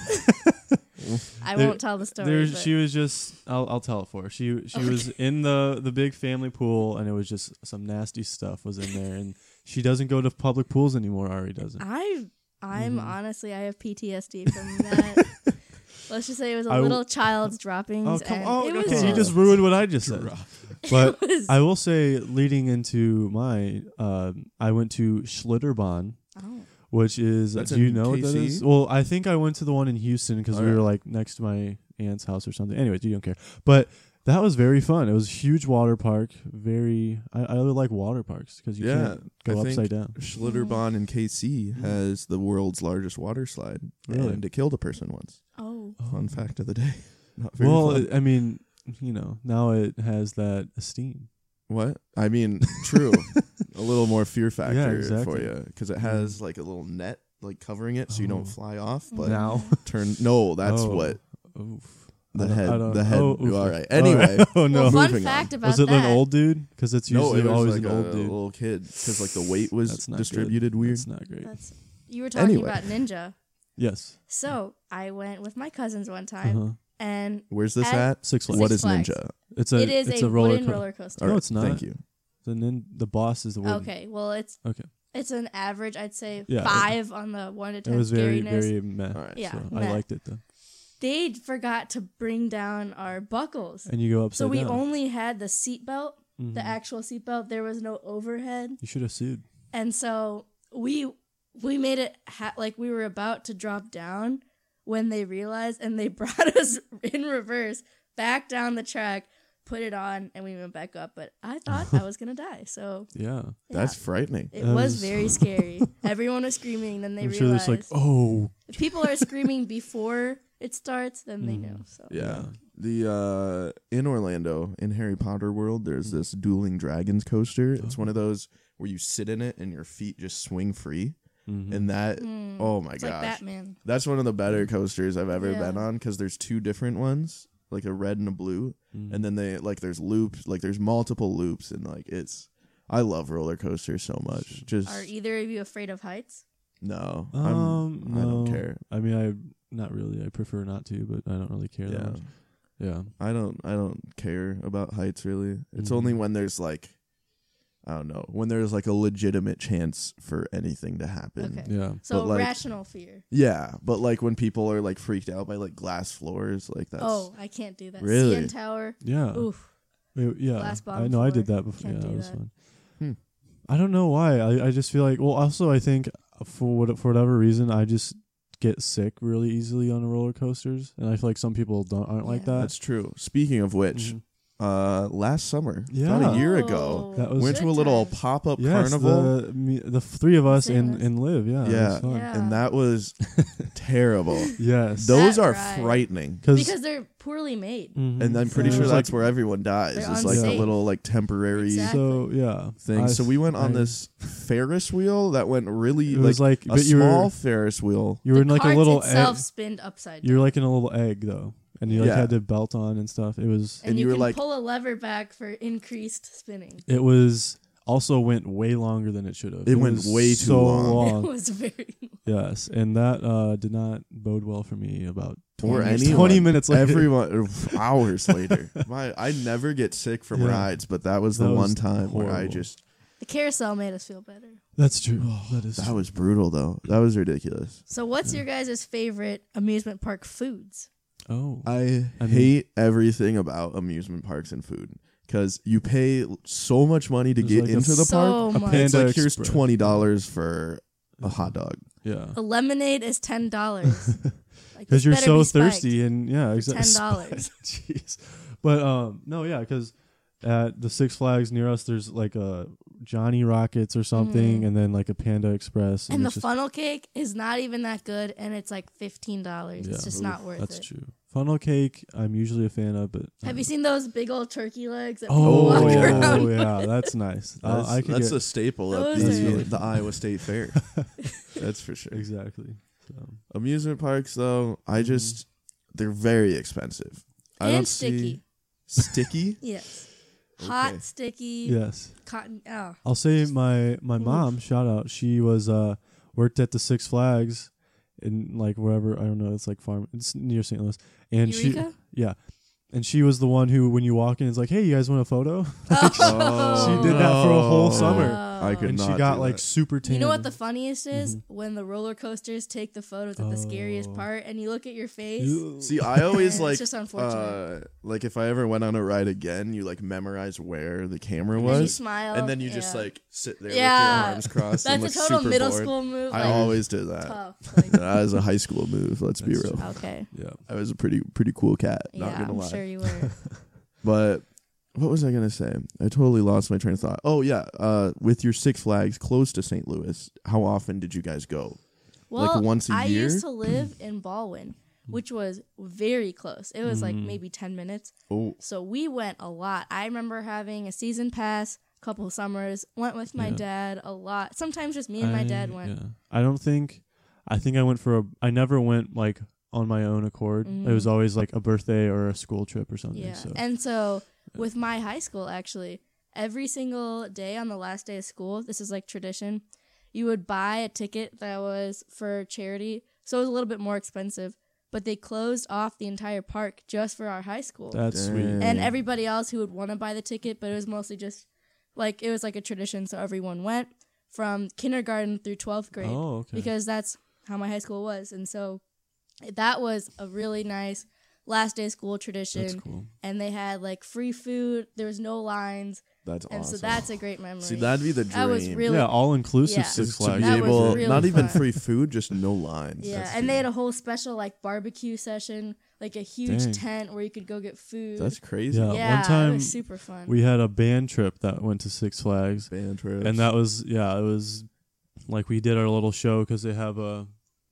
I, I there- won't tell the story. There's, but- she was just. I'll, I'll tell it for her. She she was in the the big family pool, and it was just some nasty stuff was in there. And she doesn't go to public pools anymore. Ari doesn't. I I'm Mhm. honestly I have PTSD from that. Let's just say it was a I w- little child's droppings. Oh come and on! it Okay, was you just ruined what I just said. But it was- I will say, leading into my, um, I went to Schlitterbahn, oh, which is That's do you in know what that KC? is? Well, I think I went to the one in Houston because we Alright. were like next to my aunt's house or something. Anyways, you don't care, but that was very fun. It was a huge water park. Very, I, I really like water parks because you Yeah, can't go I think- upside down. Mm-hmm. Schlitterbahn in KC has the world's largest water slide, Really? and it killed a person once. oh. Fun fact of the day. Not very Well, fun. it- I mean, you know, now it has that esteem. what? I mean, true. a little more fear factor for exactly. Mm. you because it has like a little net like covering it, so you Oh. don't fly off. But now, Mm-hmm. turn. No, that's Oh. what oof. the I don't- head. I don't- The head. oh, oof. all right. All right. Anyway, oh no, Well, fun Moving fact about was it that. an old dude? Because it's no, usually it was always like an old a dude. little kid because like the weight was That's not good. distributed weird. That's not great. That's you were talking Anyway. about ninja. Yes. So I went with my cousins one time, Uh-huh. and Where's this And- at? Six Flags. What is Flags. Ninja? It's a it is it's a, a, roller, wooden co- roller coaster. All right, it's not. Thank you. The nin- the boss is the word. Okay, well it's Okay. it's an average. I'd say Yeah, it- five on the one to It ten was very scariness. very meh. All right. Yeah, so meh. I liked it though. They forgot to bring down our buckles, And you go upside so we down. only had the seat belt, Mhm. the actual seat belt. There was no overhead. you should have sued. and so we we made it ha- like we were about to drop down when they realized and they brought us in reverse back down the track put it on and we went back up but i thought i was gonna die so Yeah. yeah, That's frightening. it That was is- very scary everyone was screaming then they I'm sure realized there's like oh if people are screaming before it starts then they Mhm. know so Yeah. The uh in Orlando in Harry Potter World, there's this dueling dragons coaster. It's one of those where you sit in it and your feet just swing free, Mhm. and that Mm. oh my it's like gosh, batman that's one of the better coasters I've ever Yeah. been on because there's two different ones, like a red and a blue, Mhm. and then they like there's loops, like there's multiple loops, and like it's. I love roller coasters so much. Just are either of you afraid of heights no, um I'm, I don't no. care. I mean I not really. I prefer not to, but I don't really care yeah. that much. Yeah. I don't I don't care about heights really. It's Mhm. only when there's like I don't know, when there's like a legitimate chance for anything to happen. Okay. Yeah. so But, like- rational fear Yeah, but like when people are like freaked out by like glass floors, like that's oh i can't do that Really? Uh, CN tower Yeah. oof Wait, yeah, Glass I bottom know I did floor. that before. yeah, Can't do that was that. fun. Hmm. I don't know why. I, I just feel like well, also I think uh, for what for whatever reason I just get sick really easily on roller coasters, and I feel like some people don't aren't like Yeah. that. that's true. Speaking of which, Mhm. uh last summer, about Yeah. a year Oh. ago, That was- went to a little pop up yes, carnival the me, the three of us Same and as- and live. Yeah, it Yeah. was fun. Yeah. and that was terrible. yes, Those That are ride. frightening. because they're poorly made. mhm. And I'm pretty So- sure It was that's like- where everyone dies. They're It's like a unsafe. little like temporary Exactly. so yeah thing. I- so we went on I- this Ferris wheel that went really It was like, like, a but you small were Ferris wheel. you were in like a carts little itself egg, spinned upside you were down, like in a little egg though, and you like Yeah. had to belt on and stuff. It was and, and you, you were can like- pull a lever back for increased spinning. it was also went way longer than it should have. It went was way too so long. It was very. Yes, and that uh, did not bode well for me. About Or 20, minutes- anyone. 20 minutes later, Everyone or hours later. My I never get sick from Yeah. rides, but that was the That was one time where I horrible. just The carousel made us feel better. That's true. that is. Oh, that was brutal though. That was ridiculous. So, what's your guys' favorite amusement park foods? oh, I, I mean- hate everything about amusement parks and food because you pay so much money to There's get like a into the park. so a much. pan- It's like Panda here's Express. twenty dollars for a hot dog. yeah. A lemonade is ten dollars. Because you're so thirsty, and yeah, exactly. Ten dollars. Jeez, but um, no, yeah, because at the Six Flags near us, there's like a Johnny Rockets or something, and then like a Panda Express, Mm-hmm. And the it's just, funnel cake is not even that good, and it's like fifteen dollars. Yeah. It's just not worth that's it. true. Funnel cake, I'm usually a fan of, but Have you uh, seen those big old turkey legs? That people Oh, walk yeah. around? yeah, that's nice. Uh, That's, I could that's get, a staple at Those the, are- the Iowa State Fair. that's for sure. exactly. So, Amusement parks, though, Mm-hmm. I just they're very expensive. I And don't sticky. See sticky. Yes. Okay. Hot, sticky, yes. cotton. Oh, I'll say my my mom shout out. She was uh worked at the Six Flags in like wherever I don't know. It's like farm. It's near St. Louis, and Eureka? she yeah, and she was the one who when you walk in is like, hey, you guys want a photo? Oh, she did that for a whole no. summer. Oh. I could and she not got do like that. super tan. You know what the funniest is when the roller coasters take the photos at the scariest Oh. part, and you look at your face. Ew. See, I always It's like just uh, unfortunate. like if I ever went on a ride again, you like memorize where the camera And you was, smile, and then you just yeah. like sit there with Yeah. your arms crossed. and That's a look total super middle bored. school move. I like, always did that. tough. Like, That was a high school move. Let's be That's real. okay. yeah. I was a pretty pretty cool cat. Not Yeah, gonna I'm lie. sure you were. But what was I gonna say? I totally lost my train of thought. Oh yeah, uh, with your Six Flags close to St. Louis, how often did you guys go? Well, once a I year? Mm-hmm. used to live in Baldwin, which was very close. It was like maybe 10 minutes. Oh, So we went a lot. I remember having a season pass a couple of summers, went with my Yeah. dad a lot. Sometimes just me and my I- dad went. Yeah. I don't think. I think I went for a. I never went like on my own accord. It was always like a birthday or a school trip or something. Mm-hmm. So. Yeah. And so with my high school, actually, every single day on the last day of school, this is like tradition, you would buy a ticket that was for charity. So it was a little bit more expensive, but they closed off the entire park just for our high school. that's Dang. sweet. and everybody else who would want to buy the ticket, but it was mostly just like it was like a tradition. So everyone went from kindergarten through 12th grade Oh, okay. because that's how my high school was. And so that was a really nice last day of school tradition. that's cool. And they had like free food, there was no lines. that's And awesome. so that's a great memory. See, that'd be the dream. That was really- yeah, all inclusive Yeah. Six to be Flags. That was able, really not even fun. free food, just no lines. yeah, That's and the- they had a whole special like barbecue session, like a huge Dang. tent where you could go get food. that's crazy. Yeah. Uh, one yeah, it time was super fun. We had a band trip that went to Six Flags, Band trips. and that was yeah, it was like we did our little show because they have a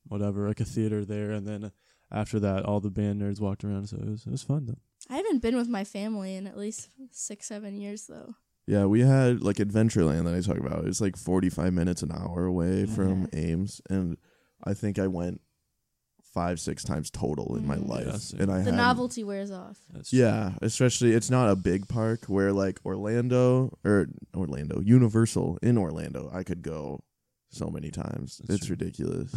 whatever like a theater there, and then after that, all the band nerds walked around, so it was it was fun though. I haven't been with my family in at least six, seven years though. yeah, we had like Adventureland that I talk about. It was like forty-five minutes an hour away Mm-hmm. from Ames, and I think I went five, six times total in my Mhm. life. Yeah, same. and I The had novelty wears off. That's Yeah, especially it's not a big park where like Orlando or Orlando Universal in Orlando, I could go so many times. That's it's true. ridiculous.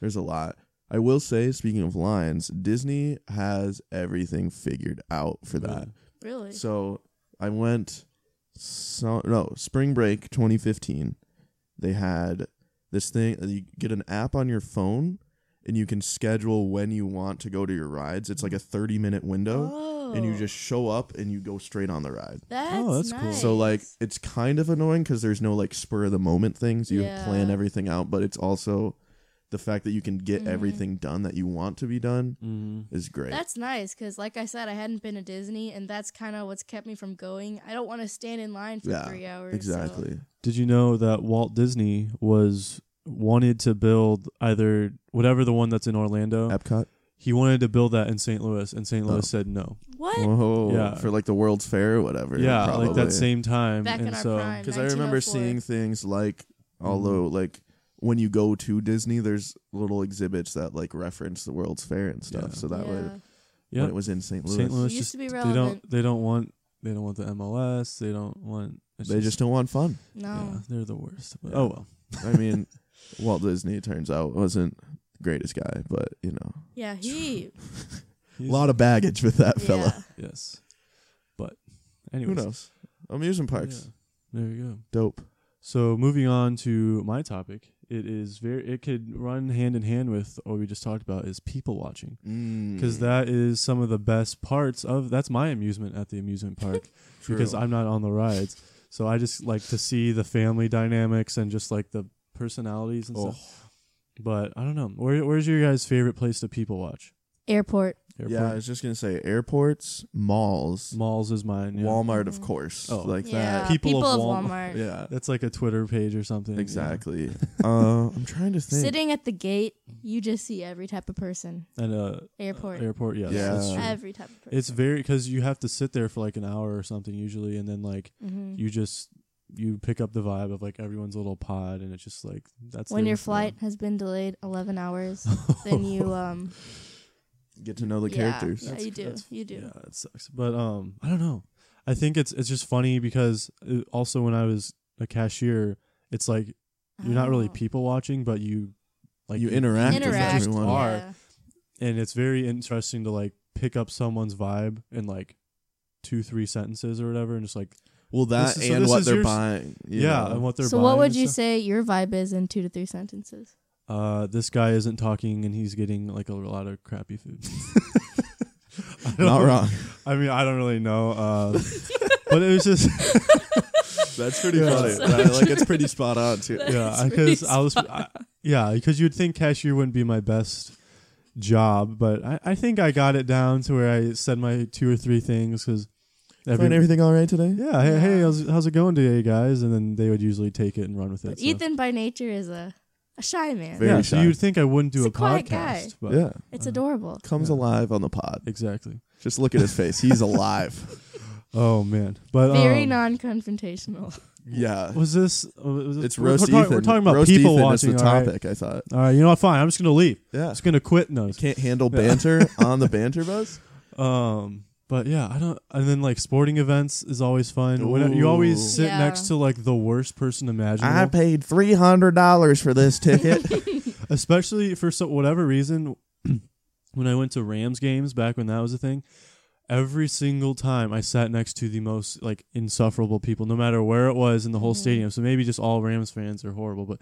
There's a lot. I will say, speaking of lines, Disney has everything figured out for that. Really? So I went, so no spring break 2015. They had this thing. uh, You get an app on your phone, and you can schedule when you want to go to your rides. It's like a 30 minute window oh, and you just show up and you go straight on the ride. that's, Oh, that's cool. nice. So like it's kind of annoying because there's no like spur of the moment things. You Yeah. Mm-hmm. plan everything out, but it's also the fact that you can get everything done that you want to be done Mm, is great. that's nice because like I said, I hadn't been to Disney, and that's kind of what's kept me from going. I don't want to stand in line for Yeah, three hours. so- exactly. Did you know that Walt Disney was wanted to build either whatever the one that's in Orlando? Epcot. He wanted to build that in St. Louis, and St. Louis Oh. said no. What? Whoa, Yeah. for like the World's Fair or whatever. yeah, like that probably. same time, Back and in our so prime. Because I remember 1904. seeing things like, Mm-hmm. although like when you go to Disney, there's little exhibits that like reference the World's Fair and stuff. Yeah. So that way, yeah. when yeah, it was in St. Louis, St. Louis Used just to be they relevant. don't they don't want They don't want the MLS. They don't want. it's They just don't want fun. yeah, No. they're the worst. But, Yeah. Oh well. I mean, Walt Disney it turns out wasn't the greatest guy, but you know, Yeah, he. a lot of baggage with that fella. yeah. yes, but Who anyways, knows? Amusement parks, Yeah. There you go. dope. So moving on to my topic, it is very. It could run hand in hand with what we just talked about is people watching. Mm. because that is some of the best parts of that's my amusement at the amusement park because I'm not on the rides. So I just like to see the family dynamics and just like the personalities and Oh, stuff. But I don't know. Where, where's your guys' favorite place to people watch? Airport. yeah, I was just gonna say airports, malls, malls is mine. Yeah. Walmart, of course, Oh. like Mm. Yeah. that. People People, of of Walmart. Walmart. Yeah, That's like a Twitter page or something. yeah. exactly. uh, I'm trying to think. Sitting at the gate, you just see every type of person. And uh, Airport. airport. Yes, Yeah. that's true. Every type of person. It's very because you have to sit there for like an hour or something usually, and then like hmm you just you pick up the vibe of like everyone's little pod and it's just like that's When their your flow. flight has been delayed 11 hours, then you um Get to know the yeah, characters. Yeah, That's- you do. that's- You do. yeah it sucks but um i don't know i think it's it's just funny because uh also when i was a cashier it's like you're not really Oh. people watching but you like you interact, interact. with everyone. are. yeah. and it's very interesting to like pick up someone's vibe in like two three sentences or whatever and just like Well, that This is- so and this what is they're your s- buying. you yeah know. and what they're So, buying what would and you stuff. say your vibe is in two to three sentences? uh this guy isn't talking and he's getting like a lot of crappy food I don't- not wrong. I mean, I don't really know, uh, but it was just That's pretty Yeah. funny. So right? Like it's pretty spot on too. yeah, It's pretty because I was I, yeah, because you'd think cashier wouldn't be my best job, but I, I think I got it down to where I said my two or three things because Find everything all right today? yeah, hey, hey, Yeah. how's, how's it going today, guys? And then they would usually take it and run with it. But so- Ethan by nature is a, a shy man. Very yeah, so shy. you'd think I wouldn't do He's a, a quiet guy. podcast, but Yeah, It's Uh, adorable. comes Yeah. alive on the pod. exactly. Just look at his face; he's alive. Oh man, but Very um, non-confrontational. Yeah, Was this? uh, Was this- it's we're, roast we're, talking- Ethan. we're talking about roast people Ethan watching. Is the all right. topic I thought. All right, you know what? Fine, I'm just gonna leave. Yeah, I'm just gonna quit. No, can't handle banter on the banter bus. Um, but yeah, I don't. And then like sporting events is always fun. When you Ooh. always sit Yeah. next to like the worst person imaginable, I paid three hundred dollars for this ticket. especially for so whatever reason. when I went to Rams games back when that was a thing, every single time I sat next to the most like insufferable people, no matter where it was in the whole Mhm. stadium. So maybe just all Rams fans are horrible, but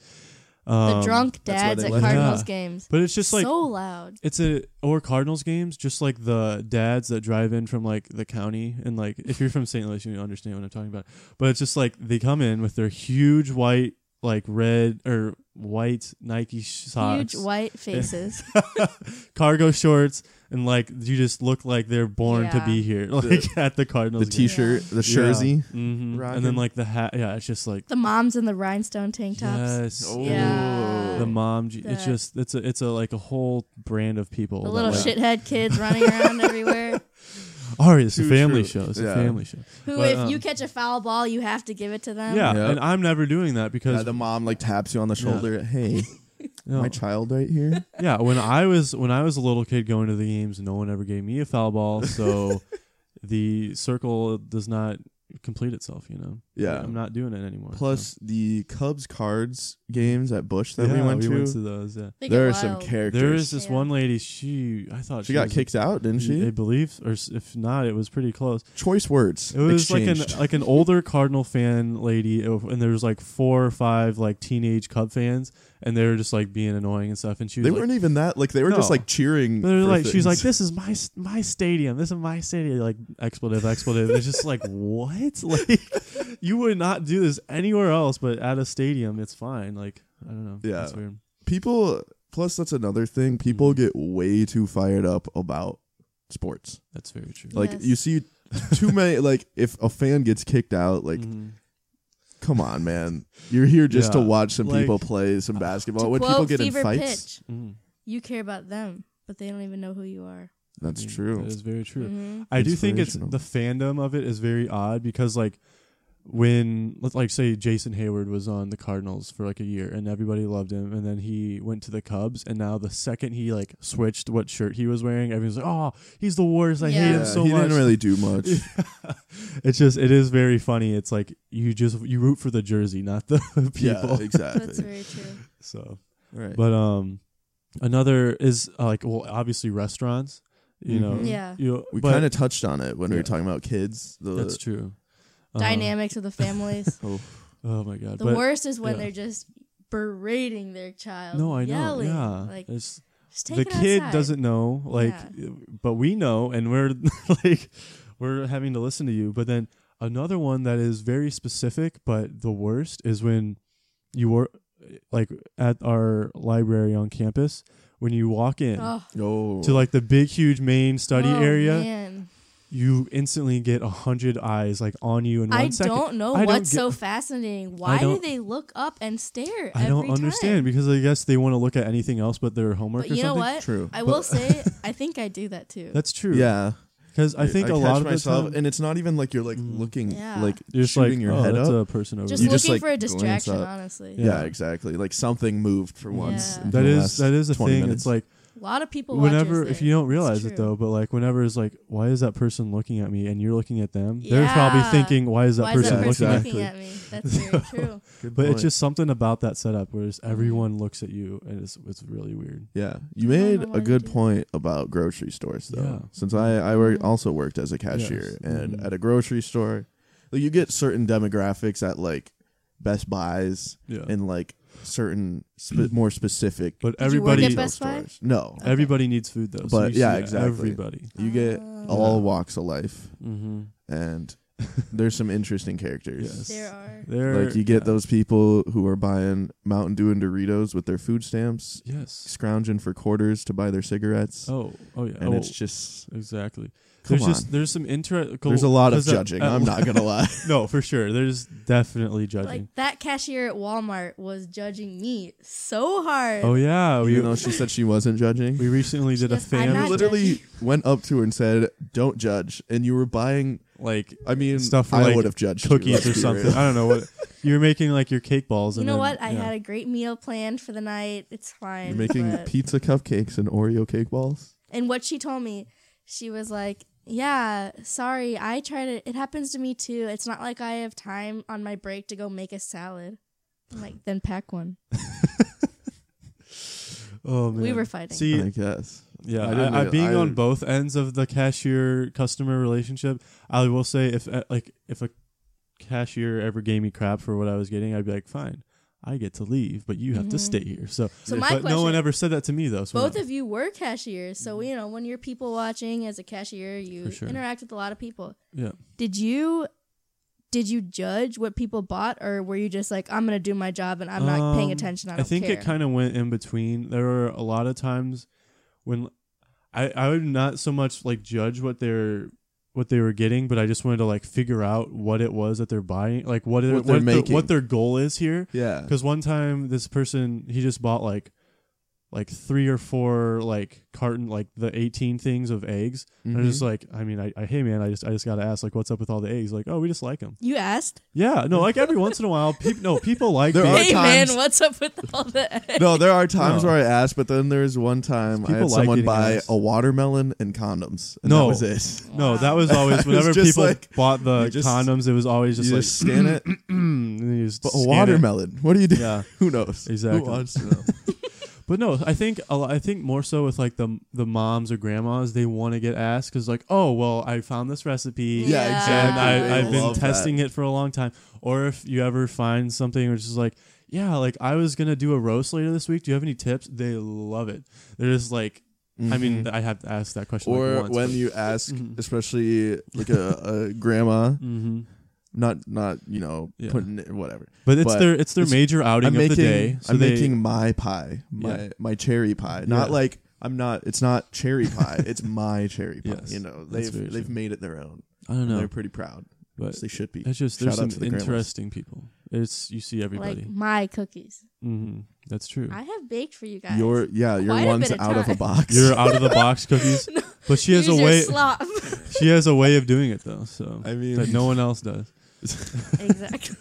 um, the drunk that's why dads they at let- Cardinals Yeah. games. But it's just like so loud. It's a or Cardinals games, just like the dads that drive in from like the county, and like if you're from St. Louis, you understand what I'm talking about. But it's just like they come in with their huge white, like red or white Nike sh- socks, Huge white faces. cargo shorts, and like you just look like they're born to Yeah. be here, like at the the Cardinals. game. t-shirt, the Yeah. jersey. Mhm. Rocking. and then like the hat. Yeah, it's just like the moms in the rhinestone tank tops. yes, Oh. Yeah. the mom. je- That- It's just it's a it's a like a whole brand of people. The that, little like, shithead kids running around everywhere. Ari, it's a Too family true. show. It's Yeah. a family show. Who, But, if um, you catch a foul ball, you have to give it to them. Yeah, Yeah. and I'm never doing that Yeah, because the mom like taps you on the shoulder. Hey, no. my child right here. yeah, when I was when I was a little kid going to the games, no one ever gave me a foul ball, so the circle does not complete itself. You know, Yeah. I'm not doing it anymore. so. Plus the Cubs Cards games at Bush that we Yeah, went to. those. Yeah, They get there are some wild. characters. there is this Yeah. one lady. She I thought she she, got was a- kicked out, didn't I she? believe, or s- if not, it was pretty close. Choice words. It was like exchanged. an like an older Cardinal fan lady, and there was like four or five like teenage Cub fans, and they were just like being annoying and stuff. And she was They like, weren't even that. Like they were just No. like cheering. But they're for like, she's like, things. this is my s- my stadium. This is my stadium. Like expletive, expletive. it's just like what? Like you would not do this anywhere else, but at a stadium, it's fine. Like I don't know. Yeah. it's weird. people. Plus, that's another thing. People Mhm. get way too fired up about sports. That's very true. Like Yes. you see too many. Like if a fan gets kicked out, like Mhm. come on, man, you're here just to Yeah. watch some Like- uh, people play some basketball. To when quote people get in Fever fights, Pitch, Mhm. you care about them, but they don't even know who you are. that's Yeah, true. That is very true. Mhm. I do think it's Inspirational. the fandom of it is very odd because like when let's like say Jason Hayward was on the Cardinals for like a year and everybody loved him and then he went to the Cubs and now the second he like switched what shirt he was wearing everyone's like oh he's the worst I hate Yeah. him so he much didn't really do much. it's just it is very funny it's like you just you root for the jersey not the people Yeah, That's exactly. very true. so Right. but um another is uh, like well obviously restaurants you know Mhm. Yeah. you we but- kind of touched on it when we Yeah. were talking about kids. The, that's true Uh, Dynamics of the families. Oh, oh my god the but worst is when yeah. they're just berating their child. no I know yelling. yeah Like, it's just take the it kid outside. doesn't know like uh, but we know and we're like we're having to listen to you but then another one that is very specific but the worst is when you were like at our library on campus when you walk in Oh, no. to like the big huge main study oh, area man. you instantly get a hundred eyes like on you in one I second. don't know I don't what's get- so fascinating. Why do don't- they look up and stare? I don't every understand Time? because I guess they want to look at anything else but their homework But or you know something. what? True. I But- will say, I think I do that too. That's true. yeah. because I think a a lot of the myself, time, Mm. and it's not even like you're like looking, Yeah. like you're just shooting like, your oh, head that's up. a person over just You there. looking just, like, for a glance distraction, up. honestly. yeah. yeah. exactly. Like something moved for once. Yeah. in That the is last that is a 20 thing. minutes. It's like A lot of people. watch whenever us if there. you don't It's realize it true. though, but like whenever it's like, why is that person looking at me and you're looking at them? They're probably Yeah. thinking, why is that Why is person that looking person Exactly. at? looking at me? That's very true. Good But point. it's just something about that setup where Mm-hmm. just everyone looks at you and it's it's really weird. yeah. You I don't know made a why they good do that. point about grocery stores though, Yeah. since I I work, also worked as a cashier Yes. and Mhm. at a grocery store, like, you get certain demographics at like Best Buys Yeah. Mm-hmm. and like certain spe- more specific. but Did you work at everybody Best Buy? stores. No, Okay. everybody needs food though. so But, you see yeah, that exactly. Everybody. you get Oh. all walks of life, Mm-hmm. and there's some interesting characters. Yes. There are. There, Like you get yeah. those people who are buying Mountain Dew and Doritos with their food stamps, Yes. scrounging for quarters to buy their cigarettes, Oh. Oh yeah. and oh, it's just exactly. come there's on. just there's some inter. there's a lot of 'cause uh, at- judging. at- I'm not gonna lie. No, for sure. There's definitely judging. Like that cashier at Walmart was judging me so hard. oh yeah, we Even though she said she wasn't judging, we recently did a Yes, I'm fan you not literally judging. went up to her and said, "Don't judge," and you were buying. like I mean, Stuff for, I like, would have judged you, cookies let's or be something. real. I don't know what you're making like your cake balls. You and know then- what? I yeah. had a great meal planned for the night. It's fine. You're making but- pizza cupcakes and Oreo cake balls. and what she told me, she was like, "Yeah, sorry, I try to. It happens to me too. It's not like I have time on my break to go make a salad. I'm like, then pack one. oh man, We were fighting. See, I guess. yeah, I didn't I, I, really- being I- on both ends of the cashier customer relationship, I will say if uh, like if a cashier ever gave me crap for what I was getting, I'd be like, fine, I get to leave, but you have to Mhm. stay here. So, So my but no one question- ever said that to me though. So Both of you were cashiers, so you know when you're people watching as a cashier, you Mm-hmm. For sure. interact with a lot of people. yeah. Did you?" Did you judge what people bought, or were you just like, "I'm gonna do my job and I'm not paying Um, attention"? I don't think care. it kind of went in between. There were a lot of times when I I would not so much like judge what they're what they were getting, but I just wanted to like figure out what it was that they're buying, like what What what, they're what, the- making. what their goal is here. Yeah. Because one time this person he just bought like like three or four like carton like the 18 things of eggs and i'm Mhm. just like i mean I, I hey man i just i just gotta ask like what's up with all the eggs like oh we just like them you asked, yeah no like every once in a while people no people like There being- are "Hey times- man, what's up with all the?" No, there are times No. where I ask, but then there's one time I People had like someone getting buy asked. a watermelon and condoms. And No. that was it. No, that was always I was whenever just people like- bought the you just- condoms, it was always just you like just scan it, and then you just but a scan it. watermelon. What do you do? Yeah. Who knows? Exactly. Who wants to know? But no, I think a lo- I think more so with like the the moms or grandmas, they want to get asked because like, oh well, I found this recipe. Yeah, And They I, I've been love that. testing it for a long time. Or if you ever find something which is like, yeah, like I was gonna do a roast later this week. Do you have any tips? They love it. They're just like, I mean, I have to ask that question. Mm-hmm. Or like once, when but- Mm-hmm. you ask, especially like a, a grandma, Mhm. not not you know Yeah. putting it, whatever. but it's But their it's their it's- major outing I'm of making the day. So I'm they, making my pie, my Yeah. my cherry pie. Not Yeah. like I'm not. It's not cherry pie. it's my cherry pie. Yes. You know That's they've very they've true. made it their own. I don't And know, They're pretty proud. but As they should be. It's just Shout out there's to some the grandmas. interesting people. It's you see everybody. Like my cookies. hmm That's true. I have baked for you guys. Your yeah, your Quite a one's bit of out of a time. box. You're out of the box cookies, but she has a Use your way. slop. She has a way of doing it though, so I mean- that no one else does. exactly.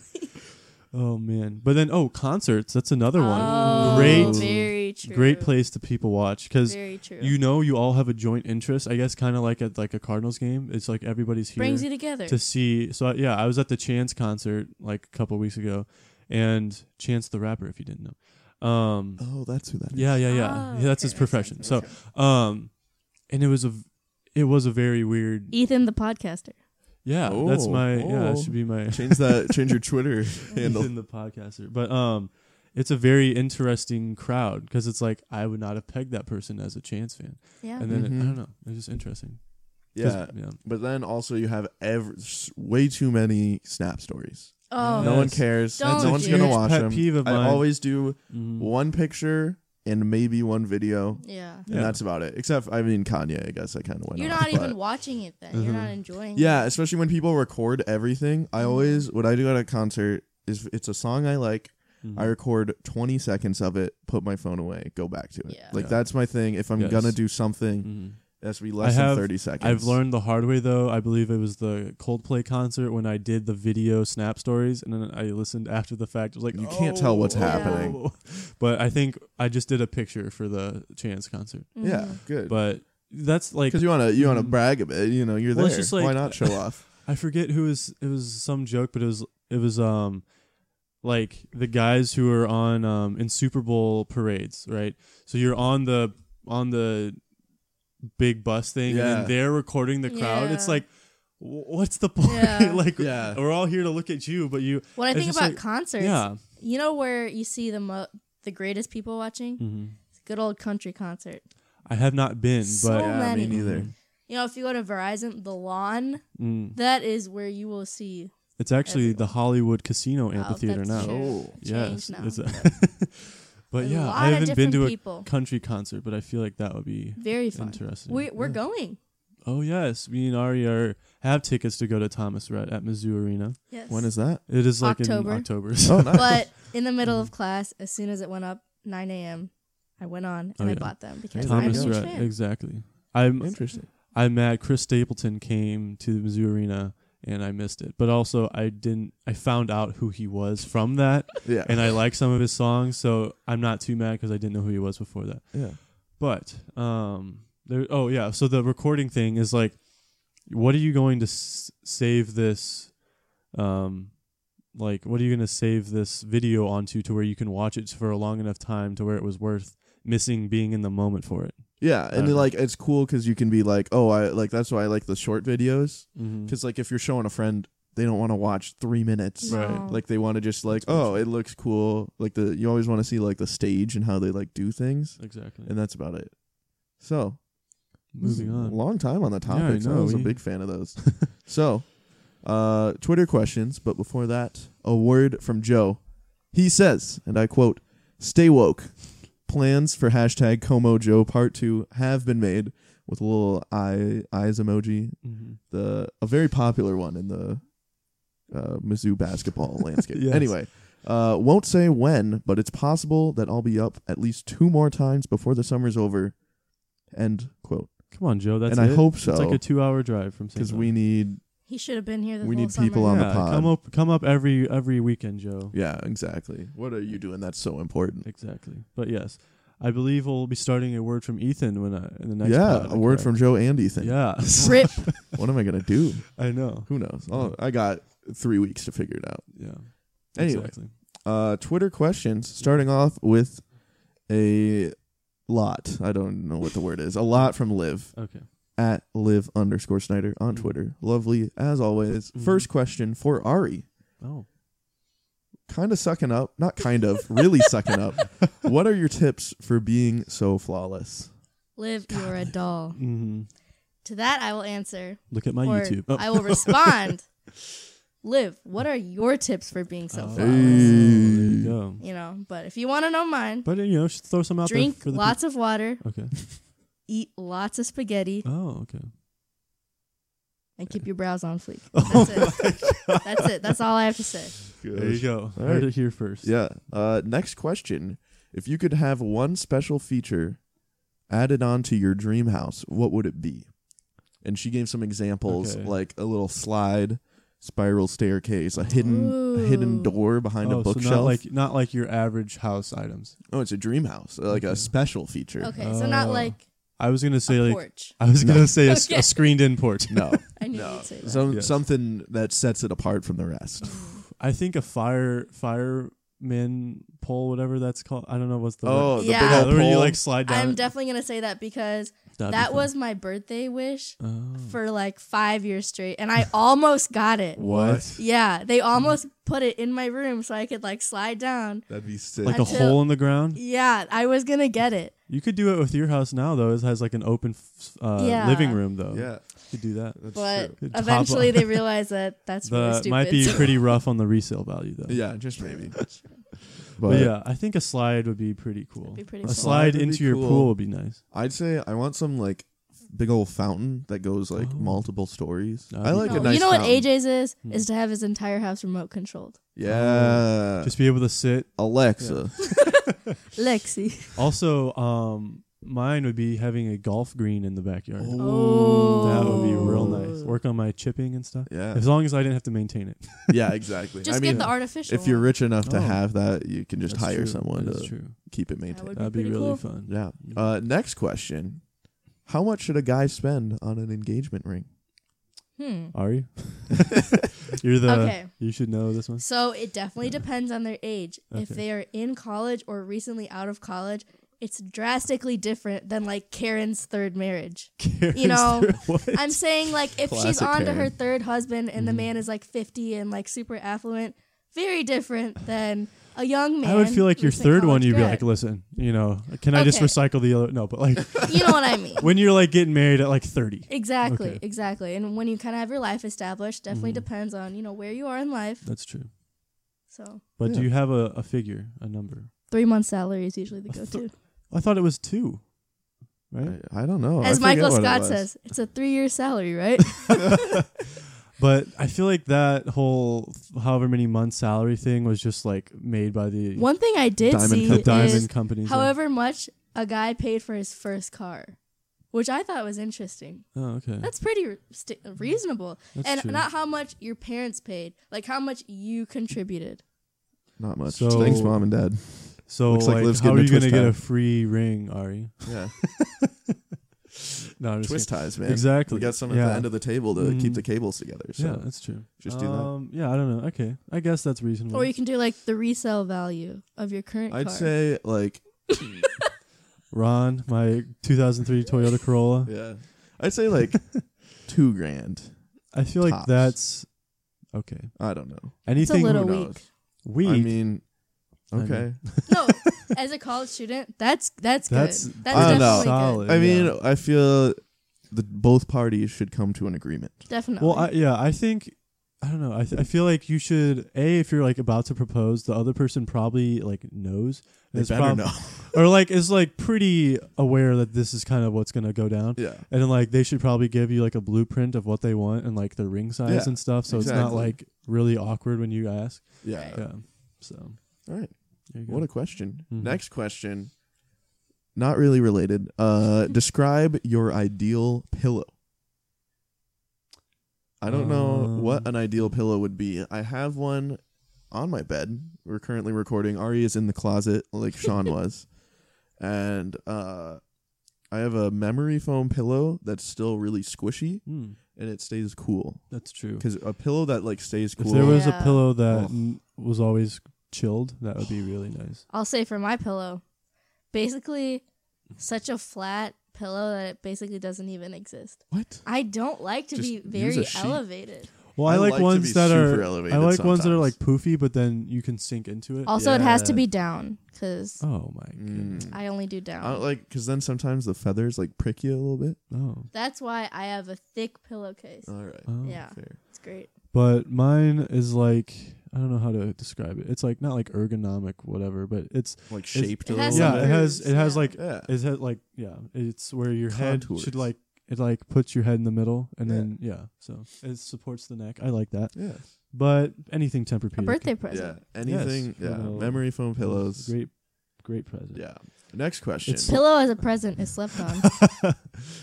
Oh man. But then oh, concerts, that's another Oh, one. Great very true. great place to people watch cuz Very true. you know you all have a joint interest. I guess kind of like at like a Cardinals game. It's like everybody's here brings you together. to see. So I, yeah, I was at the Chance concert like a couple weeks ago and Chance the rapper if you didn't know. Um Oh, that's who that is. yeah, yeah, yeah. Oh, yeah that's okay, his that profession. sounds So um and it was a v- it was a very weird Ethan the podcaster. Yeah, that's Oh, my yeah, oh. that should be my Change that. change your Twitter handle. in the podcaster. But um, it's a very interesting crowd because it's like I would not have pegged that person as a Chance fan, Yeah. and then it, Mhm. I don't know, it's just interesting. 'Cause- Yeah. yeah, But then also you have ever s- way too many snap stories. oh, No one Yes. cares. Don't no one's do gonna it. watch Pet them. peeve of I mine. always do Mhm. one picture and maybe one video, yeah. Yeah. and that's about it. Except I mean Kanye. I guess I kind of went. You're off, not but- even watching it then. You're not Mhm. enjoying Yeah, especially when people record everything. Mm-hmm. I always what I do at a concert is it's a song I like. Mhm. I Mm-hmm. record 20 seconds of it, put my phone away, go back to it. Yeah. Like Yeah. that's my thing. If I'm Yes. gonna do something, Mhm. it has to be less have- than 30 seconds. I've learned the hard way though. I believe it was the Coldplay concert when I did the video snap stories, and then I listened after the fact. I was like, You can't tell what's "Oh, happening." oh." But I think I just did a picture for the Chance concert. it. Yeah, Mhm. good. But that's like Because you wanna you wanna Mhm. brag a bit. You know, you're Well, there. it's just like- Why not show off? I forget who was it was some joke, but it was it was um like the guys who are on um in Super Bowl parades, right? So you're on the on the big bus thing, and Yeah. then they're recording the crowd. It's Yeah. like, wh- what's the point? Yeah. like, Yeah. we're all here to look at you, but you, When I It's think just about like- concerts, yeah, you know where you see the mo- the greatest people watching? hmm It's a good old country concert. I have not been, So but yeah, many. me neither. You know, if you go to Verizon, the lawn, Mm. that is where you will see. it's actually the Hollywood Casino Oh, Amphitheater that's now. true. Oh. It Yes, changed now. it's a- a but yeah, lot I haven't of been different to a people. country concert, but I feel like that would be Very fun. Interesting. We, we're Yeah. going. Oh yes, me and Ari are have tickets to go to Thomas Rhett at Mizzou Arena. Yes. When is that? It is like October. in October. So. Oh, nice. but in the middle of class, as soon as it went up, 9 a.m., I went on and Oh, I yeah. bought them because I'm a Thomas huge Rhett, fan. exactly. I'm Interesting. I'm mad. Chris Stapleton came to the Mizzou Arena and I missed it, but also I didn't. I found out who he was from that, Yeah. and I like some of his songs, so I'm not too mad because I didn't know who he was before that. yeah. But um, there. Oh yeah. So the recording thing is like, what are you going to s- save this? Um, like, what are you going to save this video onto to where you can watch it for a long enough time to where it was worth missing being in the moment for it? Yeah, and Okay. like it's cool because you can be like, oh, I like that's why I like the short videos Mm-hmm. because like if you're showing a friend, they don't want to watch three minutes. Right. No. Like they want to just like, That's what I'm oh, it looks cool. Like the you always want to see like the stage and how they like do things, Exactly. and that's about it. So Moving on. long time on the I topics. I, know, was a we- big fan of those. so, uh, Twitter questions, but before that, a word from Joe. He says, and I quote: "Stay woke." Plans for hashtag Como Joe Part Two have been made with a little eye eyes emoji, Mm-hmm. the a very popular one in the uh, Mizzou basketball landscape. Yes. Anyway, uh, won't say when, but it's possible that I'll be up at least two more times before the summer's over. End quote. Come on, Joe. That's and I it. hope so It's like a two-hour drive from because because we need He should have been here the We whole need summer. people on the yeah, pod. come up come up every every weekend, Joe. yeah exactly what are you doing that's so important Exactly. But yes, I believe we'll be starting a word from Ethan when I, in the next. yeah pod, a word correct? from joe and ethan Yeah. Rip. what am i gonna do I know. who knows oh, i got three weeks to figure it out Yeah. Anyway. Exactly. uh twitter questions starting off with a lot i don't know what the word is a lot from live Okay. at live underscore snyder on Mhm. twitter lovely as always Mhm. first question for ari Oh. kind of sucking up not kind of really sucking up what are your tips for being so flawless Liv, you're a doll. Mm-hmm. To that, I will answer. Look at my or YouTube. Oh. I will respond. Liv, what are your tips for being so Oh, there flawless? you go. You know, but if you want to know mine, But you know, just throw some out drink there for the lots of water, peop- Okay. eat lots of spaghetti, Oh, okay. and keep your brows on fleek. Oh That's it. That's it. That's all I have to say. There you go. All Heard right. it here first. Yeah. Uh, next question. If you could have one special feature added on to your dream house, what would it be? And she gave some examples, Okay. like a little slide, spiral staircase, a hidden a hidden Ooh. door behind oh, a so bookshelf. not like not like your average house items. oh, it's a dream house, like Okay. a special feature. Okay, so not Oh. like I was gonna say a like porch. I was No. gonna say a, s- Okay. a screened-in porch. No, I knew no, you'd say that. Some, Yes. something that sets it apart from the rest. I think a fire fireman pole, whatever that's called. I don't know what's the oh, word. the Yeah. big old where you pole. like slide down. I'm it. definitely gonna say that because uh, That'd be that fun. was my birthday wish Oh. Hmm. for like five years straight, and I almost got it. What? Yeah, they almost put it in my room so I could like slide down. That'd be sick. Like a Until- hole in the ground. Yeah, I was gonna get it. You could do it with your house now though. It has like an open f- uh, Yeah. living room though. yeah, you could do that. that's but true. Top eventually up. they realized that that's really That stupid. might be so- pretty rough on the resale value though. true. Yeah, just maybe. But, But yeah, I think a slide would be pretty cool. be pretty a cool. Slide slide would be into your cool. pool would be nice. I'd say I want some like big old fountain that goes like Oh. multiple stories. That'd I be like cool. a No, nice. you know what fountain. AJ's is? Is to have his entire house remote controlled. Yeah, Oh. Just be able to sit. Alexa. Lexi. Also, um, mine would be having a golf green in the backyard. Oh. That would be real nice. Work on my chipping and stuff. Yeah, As long as I didn't have to maintain it. yeah, exactly. Just I get mean, the artificial. if you're rich enough to Oh. have that, you can just That's hire true. someone That is to true. keep it That maintained. would That'd be be, pretty really cool. fun. Yeah. Uh, next question: How much should a guy spend on an engagement ring? Hmm. Are you? You're the. Okay. You should know this one. So it definitely depends on their age. If Okay. they are in college or recently out of college, it's drastically different than like Karen's third marriage. Karen's know, there. What? I'm saying like if she's Classic on to Karen. her third husband and the Mm-hmm. man is like 50 and like super affluent, very different than a young man. I would feel like your recent third one. college You'd be grad. like, listen, you know, can I just Okay. recycle the other? No, but like you know what I mean. when you're like getting married at like 30. Exactly, Okay. Mm-hmm. exactly. And when you kind of have your life established, definitely depends on, you know, where you are in life. That's true. So, But Yeah. do you have a, a figure, a number? three months' salary is usually the go to. I thought it was two, right? I, I don't know. I As forget Michael what it Scott was. says, it's a three year salary, right? But I feel like that whole however many months salary thing was just like made by the One thing I did Diamond see the Cut is diamond companies. however much a guy paid for his first car, which I thought was interesting. oh, okay. That's pretty re- sti reasonable. That's and true. not how much your parents paid, like how much you contributed. Not much. So- Thanks, mom and dad. so looks like like, Liv's how getting are a you gonna twist get tie. a free ring, Ari? Yeah, No, I'm just twist ties, man. Exactly. We got some at Yeah. the end of the table to Mhm. keep the cables together. kidding. yeah, So that's true. just do that. Um, yeah, I don't know. Okay, I guess that's reasonable. Or you can do like the resale value of your current I'd car. say like Ron, my 2003 Toyota Corolla. yeah, I'd say like two grand. I feel like Tops. that's okay. I don't know. it's a Anything little who weak. knows? weak. I mean, I mean, okay. No, as a college student, that's that's good. That's- That's, I don't know. definitely Solid. good. I mean, Yeah. I feel the both parties should come to an agreement. Definitely. Well, I, yeah, I think I don't know. I, th- I feel like you should a if you're like about to propose, the other person probably like knows. They It's better prob- know. or like is like pretty aware that this is kind of what's gonna go down. yeah, And then, like they should probably give you like a blueprint of what they want and like their ring size Yeah, and stuff, so it's not exactly. like really awkward when you ask. yeah. Yeah. So All right. there you go. What a question. Mhm. Next question. Not really related. Uh, describe your ideal pillow. I don't know what an Um. ideal pillow would be. I have one on my bed. We're currently recording. Ari is in the closet, like Sean was, and uh, I have a memory foam pillow that's still really squishy Hmm, and it stays cool. that's true. Because a pillow that like stays If there cool. was Yeah. a pillow that Ugh. n- was always chilled, that would be really nice. I'll say for my pillow, basically, such a flat pillow that it basically doesn't even exist. what? I don't like to Just be use a very sheet. elevated. Well, I, I like, like to be ones that super are elevated I like ones that are like sometimes. poofy, but then you can sink into it. Also, it has to Yeah. be down because Oh my goodness. Mm. I only do down. I don't like because then sometimes the feathers like prick you a little bit. Oh. That's why I have a thick pillowcase. All right, oh. Yeah. fair. It's great. But mine is like I don't know how to describe it. It's like not like ergonomic whatever, but it's Like shaped It a has little yeah, some it bit. has grooves, it has yeah. like yeah, Is it like yeah? It's where your head Contours. should like it like puts your head in the middle and Yeah. then yeah, so it supports the neck. I like that. yeah, But anything Tempur-Pedic, A birthday yeah. present. Anything, Yes. yeah. Little- Memory foam pillows. great, great present. Yeah. Next question. It's- Pillow as a present is slept on.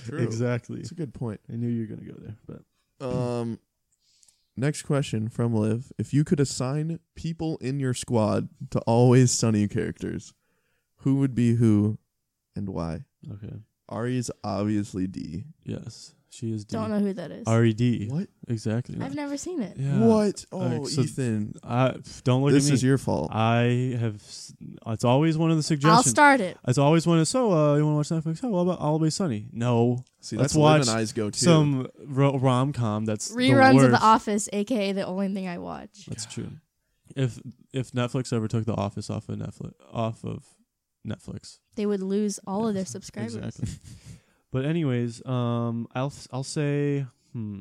True. exactly. It's a good point. I knew you were gonna go there, but Um, Next question from Liv. If you could assign people in your squad to always sunny characters, who would be who and why? Okay. Ari is obviously D. Yes. She is D. Don't know who that is. R E D. What? Exactly. I've never seen it. yeah. What? Alright, Oh, so Ethan. I, don't look This at me. is your fault. Uh, I have. s- It's always one of the suggestions. I'll start it. It's always one of so. Uh, you want to watch Netflix? Oh, well, about Always Sunny? No. See, that's Let's Liv watch and I's go to. Some ro- rom com that's the Reruns of The worst. Office, aka the only thing I watch. That's true. If if Netflix ever took The Office off of Netflix, off of Netflix, They would lose all of their Yes, subscribers. Exactly. but anyways, um, I'll I'll say, hmm,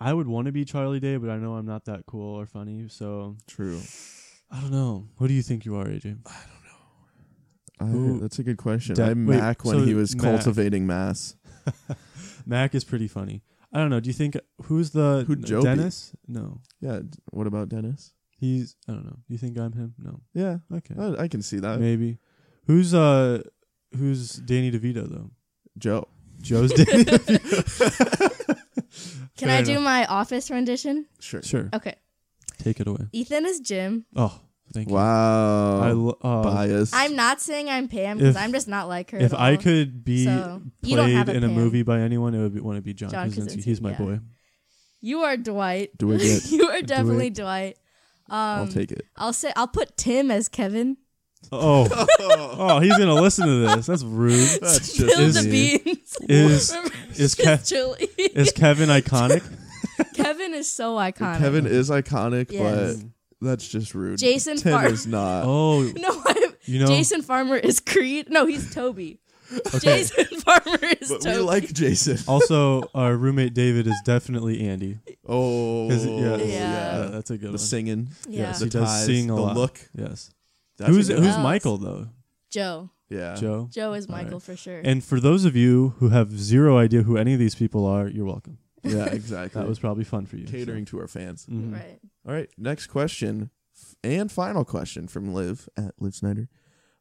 I would want to be Charlie Day, but I know I'm not that cool or funny, so True. I don't know. Who do you think you are, AJ? I, Who- that's a good question. Da- I'm wait, Mac when so he was Mac. cultivating mass. Mac is pretty funny. I don't know. Do you think who's the Who'd Joe be? Dennis? No, Yeah. d- What about Dennis? he's I don't know. Do you think I'm him? No. Yeah, Okay. I, I can see that. Maybe. Who's uh who's Danny DeVito though? Joe. Joe's Danny. Can Fair I do enough. my office rendition? Sure. Sure. Okay. Take it away. Ethan is Jim. Oh, thank you. Wow. I lo- uh, Bias. I'm not saying I'm Pam because If- I'm just not like her. If at I all. could be So, you don't played have a in a Pam. movie by anyone, it would be, want to be John, John Krasinski. Krasinski, He's my yeah. boy. you are Dwight. Do it. yet. you are definitely Dwight. Um, I'll take it. I'll say I'll put Tim as Kevin. Oh, oh, he's gonna listen to this. That's rude. That's Spill is- just the beans. is- Remember, is just Kev- chili. Is Kevin iconic? Kevin is so iconic. Kevin is iconic, Yes. but that's just rude. Jason Tim Far- is not. Oh, No, I'm, you know. Jason Farmer is Creed. No, he's Toby. okay. Jason Farmer is but we Toby. like Jason. Also, our roommate David is definitely Andy. Oh, 'Cause- yeah, Yeah. Uh, that's a good The one. singing, yeah. Yes, the he does ties, sing a the lot. look. Yes. That's who's a good who's one. else? Michael though? Joe. yeah. Joe. Joe is All right. Michael for sure. And for those of you who have zero idea who any of these people are, you're welcome. Yeah, exactly. That was probably fun for you. so. catering to our fans. Mhm. Right. All right, next question f- and final question from Liv at Liv Snyder.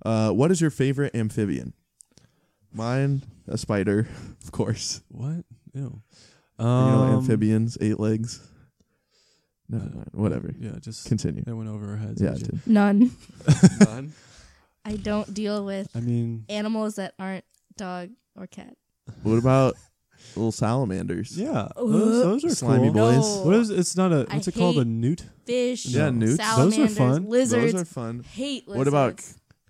Uh, what is your favorite amphibian? Mine, a spider, of course. What? Ew. you know, Um, amphibians, eight legs. Never uh, mind. Whatever. Yeah, just Continue. it went over our heads. Yeah, actually. it did. None. I don't deal with I mean, animals that aren't dog or cat. What about little salamanders? yeah, Uh, those, those are Slimy cool. boys. No. What is? It's not a. I What's it called? A hate- newt? Fish. Yeah, newts. Those are Salamanders. fun. Lizards. Those are fun. hate lizards. What about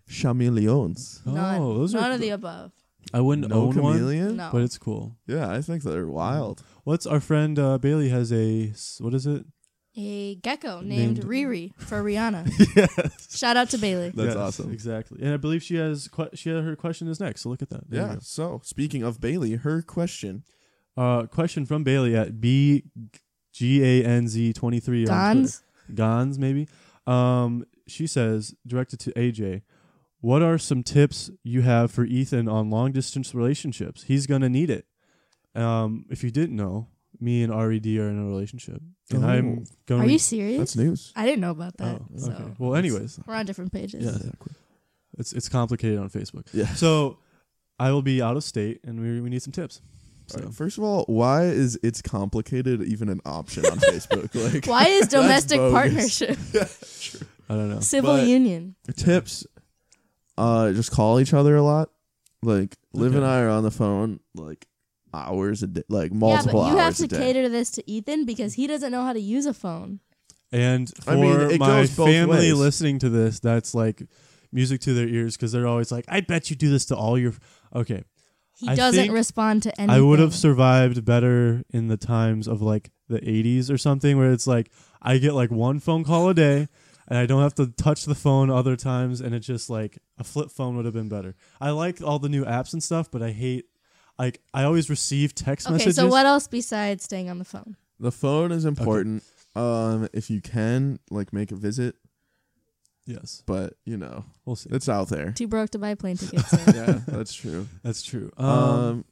chameleons? None. Oh, those None are. of the above. I wouldn't No own one, chameleon? No. but it's cool. Yeah, I think they're wild. What's our friend uh, Bailey has a s- what is it? a gecko named, Named- Riri for Rihanna. yes. Shout out to Bailey. That's awesome. Exactly, and I believe she has que- she had her question is next. So look at that. There you Yeah. So speaking of Bailey, her question. go. Uh, question from Bailey at b g a n z twenty three. Gons. Gons, maybe. Um, she says, directed to AJ, what are some tips you have for Ethan on long distance relationships? He's gonna need it. Um, if you didn't know, me and Red are in a relationship, and I'm Oh. going. Are you serious? That's news. I didn't know about Oh, that. okay. so Well, anyways, we're on different pages. Yeah. it's it's complicated on Facebook. Yeah. So I will be out of state, and we we need some tips. So Alright, First of all, why is it's complicated even an option on Facebook? Like Why is domestic bogus. partnership I don't know. civil But- union? tips, uh, just call each other a lot. Like Liv and Okay. I are on the phone like hours a day, like Yeah, multiple but you have hours to a day. cater this to Ethan because he doesn't know how to use a phone. And for I mean, it my goes both ways. family listening to this, that's like music to their ears because they're always like, "I bet you do this to all your." Okay, He I doesn't think respond to anything. I would have survived better in the times of like the 80s or something where it's like I get like one phone call a day and I don't have to touch the phone other times and it's just like a flip phone would have been better. I like all the new apps and stuff, but I hate like I always receive text Okay, messages. so what else besides staying on the phone? The phone is important. Um, if you can, like, make a visit, Yes, but you know, we'll see. it's out there. Too broke to buy plane tickets. so- yeah, that's true. That's true. Um, Um,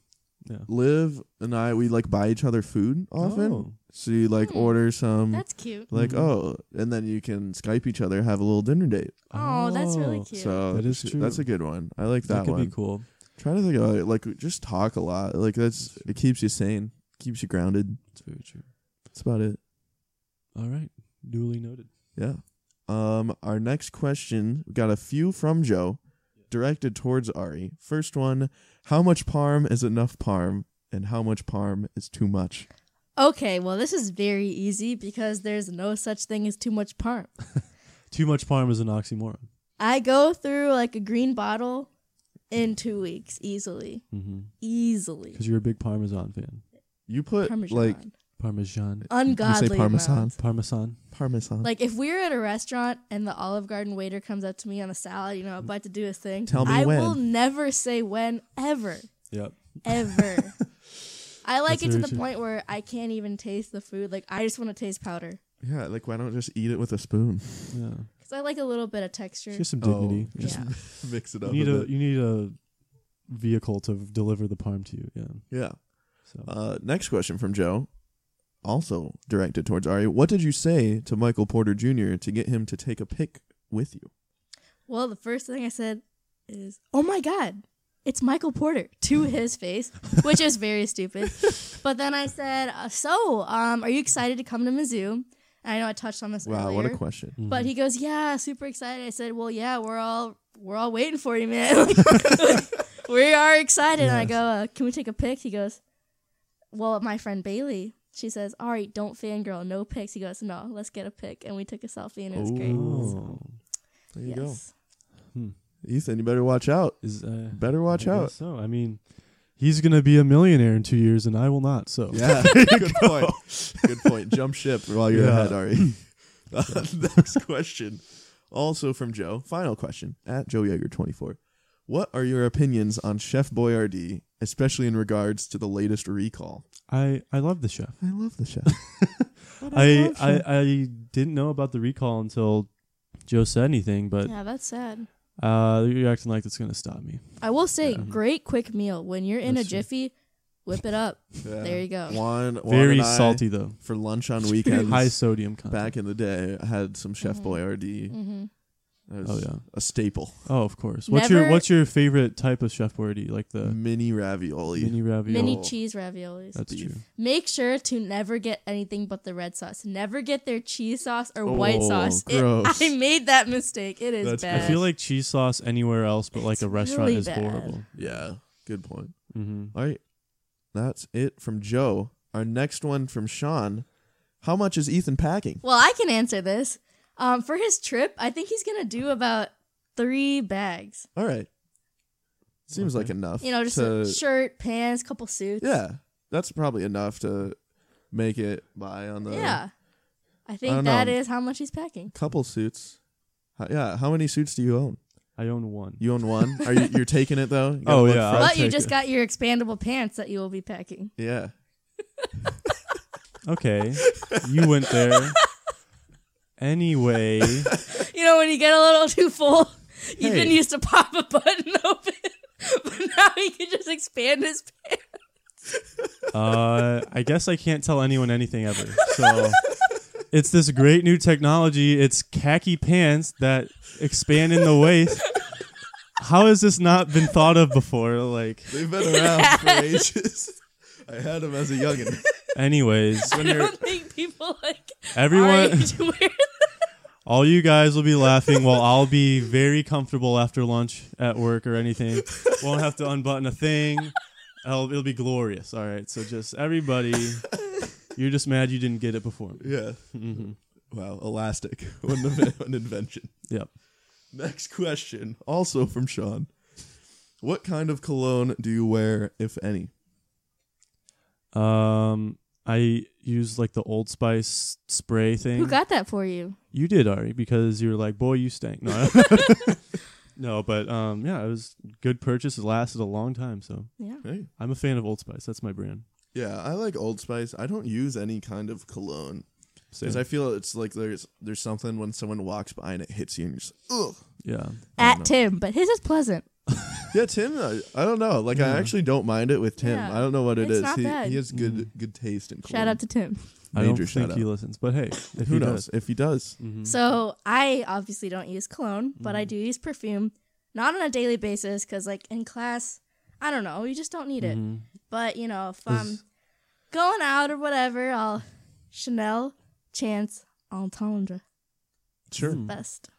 yeah. Liv and I, we like buy each other food often. oh, So you like Hmm. order some, That's Hmm. cute. like Mhm. oh, and then you can Skype each other, have a little dinner date. Oh, that's really cute. So That is sh- true. That's a good one. I like That, that, could one. be cool. Trying to think of it, like just talk a lot. Like that's it keeps you sane, keeps you grounded. It's very true. That's about it. All right. Duly noted. Yeah. Um, our next question we got a few from Joe, directed towards Ari. First one: How much parm is enough parm, and how much parm is too much? Okay, well, this is very easy because there's no such thing as too much parm. Too much parm is an oxymoron. I go through like a green bottle in two weeks easily. Because Mm-hmm. Easily. you're a big Parmesan fan. You put Parmesan. like Parmesan. Oh. Ungodly. Parmesan? amounts. Parmesan. parmesan. Like if we're at a restaurant and the Olive Garden waiter comes up to me on a salad, you know, about to do his thing. Tell me I when. will never say when ever, Yep. ever. I like That's it to very the true. point where I can't even taste the food. Like I just want to taste powder yeah, like why don't just eat it with a spoon? Yeah. Mm. because I like a little bit of texture. Just some dignity. Oh, just Yeah. mix it You up. need a a bit. you need a vehicle to deliver the parm to you. Yeah. yeah. So Uh, next question from Joe, also directed towards Ari. What did you say to Michael Porter Jr. to get him to take a pic with you? Well, the first thing I said is, "Oh my god, it's Michael Porter" to his face, which is very stupid. But then I said, uh, "So, um, are you excited to come to Mizzou?" And I know I touched on this Wow, earlier. what a question. But he goes, "Yeah, super excited." I said, "Well, yeah, we're all we're all waiting for you, man. we are excited." And I Yes. go, uh, "Can we take a pic?" He goes, "Well, my friend Bailey." She says, "All right, don't fangirl, no pics." He goes, "No, let's get a pic." And we took a selfie, and it was great. Oh. There you yes. go. Ethan, you better watch out. Is uh, Better watch I guess out. So I mean, he's gonna be a millionaire in two years, and I will not. So Yeah, good point. Good point. Jump ship while you're Yeah. ahead, Ari. Uh, next question, also from Joe. Final question at Joe Yeager twenty four. What are your opinions on Chef Boyardee, especially in regards to the latest recall? I I love the chef. I love the chef. I, I I didn't know about the recall until Joe said anything, but Yeah, that's sad. uh, you're acting like it's gonna stop me. I will say, Yeah. great quick meal. When you're in That's a true. jiffy, whip it up. Yeah. There you go. Juan, Juan Very and I, salty though. for lunch on weekends. High sodium content. back in the day, I had some Chef Mhm. Boyardee. hmm That was oh yeah. a staple. Oh of course. What's your Never- What's your favorite type of chef boyardee? Like the mini ravioli. mini ravioli. Mini Oh. cheese raviolis. That's beef. true. Make sure to never get anything but the red sauce. Never get their cheese sauce or Oh, white sauce. It- gross. I made that mistake. It is That's- I I bad. feel like cheese sauce anywhere else, but like It's a restaurant really is bad. horrible. yeah, good point. Mm-hmm. All right, that's it from Joe. Our next one from Sean. How much is Ethan packing? well, I can answer this. Um, for his trip, I think he's gonna do about three bags. All right, seems Okay. like enough. You know, just to, a shirt, pants, couple suits. yeah, that's probably enough to make it by on the yeah. I I think don't that know. is how much he's packing. couple suits. How, yeah, how many suits do you own? I own one. You own one. Are you you're taking it though? You got Oh, one yeah. fresh? I'll but you take just it. got your expandable pants that you will be packing. yeah. Okay. you went there. Anyway, You know, when you get a little too full, you've been Hey. used to pop a button open, but now you can just expand his pants. uh, I guess I can't tell anyone anything ever. So it's this great new technology. It's khaki pants that expand in the waist. How has this not been thought of before? Like, They've been around for ages. I had them as a youngin. anyways, I don't think people like our everyone, age wear. all you guys will be laughing while I'll be very comfortable after lunch at work or anything. Won't have to unbutton a thing. It'll, it'll be glorious. All right. So just everybody, you're just mad you didn't get it before me. Yeah. Mm-hmm. Mhm. Wow. Elastic. What an, inven- an invention. Yep. Next question, also from Sean. What kind of cologne do you wear, if any? Um, I use like the Old Spice spray thing. Who got that for you? you did Ari because you were like, boy, you stank. No, no, but um, yeah, it was good purchase. It lasted a long time, so Yeah. Hey. I'm a fan of Old Spice. That's my brand. Yeah, I like Old Spice. I don't use any kind of cologne because Same. I feel it's like there's there's something when someone walks by and it hits you and you're just ugh. yeah, At Tim, but his is pleasant. Yeah, Tim. I, I don't know. Like I Yeah. actually don't mind it with Tim. Yeah. I don't know what it It's is. not he, bad. he has good good taste in cologne. Shout out to Tim. I don't Major shout think he out. listens, but hey, if Who he knows Mm. does, if he does? So I obviously don't use cologne, but I do use perfume, not on a daily basis, because like in class, I don't know, you just don't need it. But you know, if I'm going out or whatever, I'll Chanel Chance Entendre. Sure. Hmm. Best.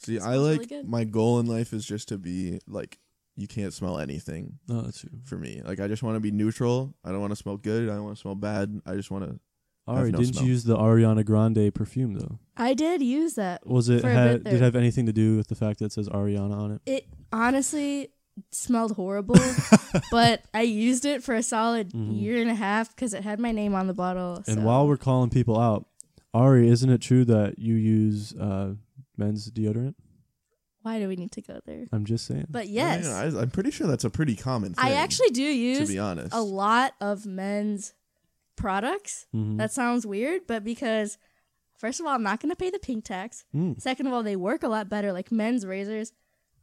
See, I Smells really like good. my goal in life is just to be like you can't smell anything No, that's you. for me. Like I just want to be neutral. I don't want to smell good. I don't want to smell bad. I just want to. Ari, no didn't smell. you use the Ariana Grande perfume though? I did use that. Was it For a had, bit did it there. have anything to do with the fact that it says Ariana on it? It honestly smelled horrible, but I used it for a solid Mm-hmm. Mhm. year and a half because it had my name on the bottle. so- And while we're calling people out, Ari, isn't it true that you use uh, men's deodorant? why do we need to go there? I'm just saying. But I yes, mean, I, am pretty sure that's a pretty common thing. I actually do to use be honest. a lot of men's products. Mm-hmm. Mhm. That sounds weird, but because first of all, I'm not going to pay the pink tax. Mm. Second of all, they work a lot better. Like men's razors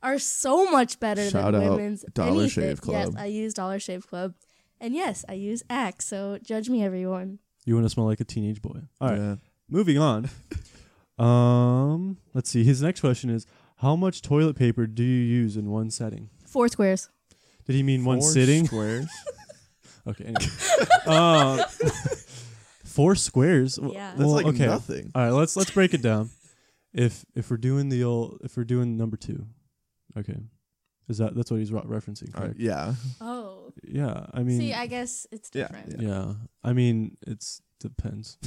are so much better Shout than out women's. Dollar anything. Shave Club. Yes, I use Dollar Shave Club, and yes, I use Axe. So judge me, everyone. You want to smell like a teenage boy. All right. Yeah. Moving on. um, let's see. His next question is how much toilet paper do you use in one setting? Four squares. Did he mean one Four sitting? squares. okay. Anyway. uh, four squares. W- Yeah. That's That's well, like okay. nothing. All right, let's let's break it down. If if we're doing the old if we're doing number 2. Okay. Is that that's what he's re- referencing, All right, correct? yeah. Oh, Yeah, I mean see, I guess it's Yeah, different. yeah. Yeah. I mean, it's depends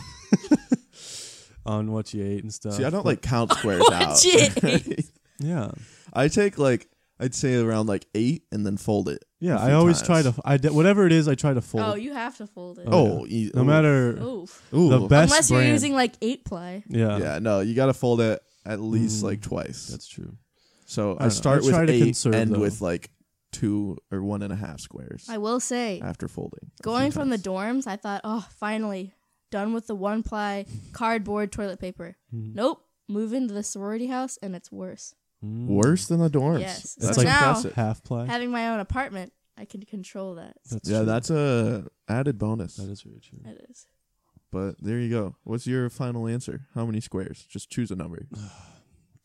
on what you ate and stuff. See, I don't but- like Oh, count squares out. Legit. Yeah. I take like I'd say around like eight and then fold it. Yeah, A I few always times. try to I de- whatever it is, I try to fold. Oh, you have to fold it. Oh, Oh, e- no ooh. matter Oof. Ooh. the best Unless you're brand- using like eight ply. Yeah. yeah, no, you got to fold it at least Mm. like twice. That's true. So don't I, know. start I with try to eight, conserve, end though. with like two or one and a half squares I will say, after folding. going from the dorms, I thought, oh, finally, done with the one ply cardboard toilet paper. Mhm. Nope. Move into the sorority house and it's worse. Mm. Worse than the dorms. Yes. That's So now- impressive. Half ply. Having my own apartment, I can control that. That's yeah, true. that's a added bonus. that is very true. That is. but there you go. What's your final answer? How many squares? Just choose a number.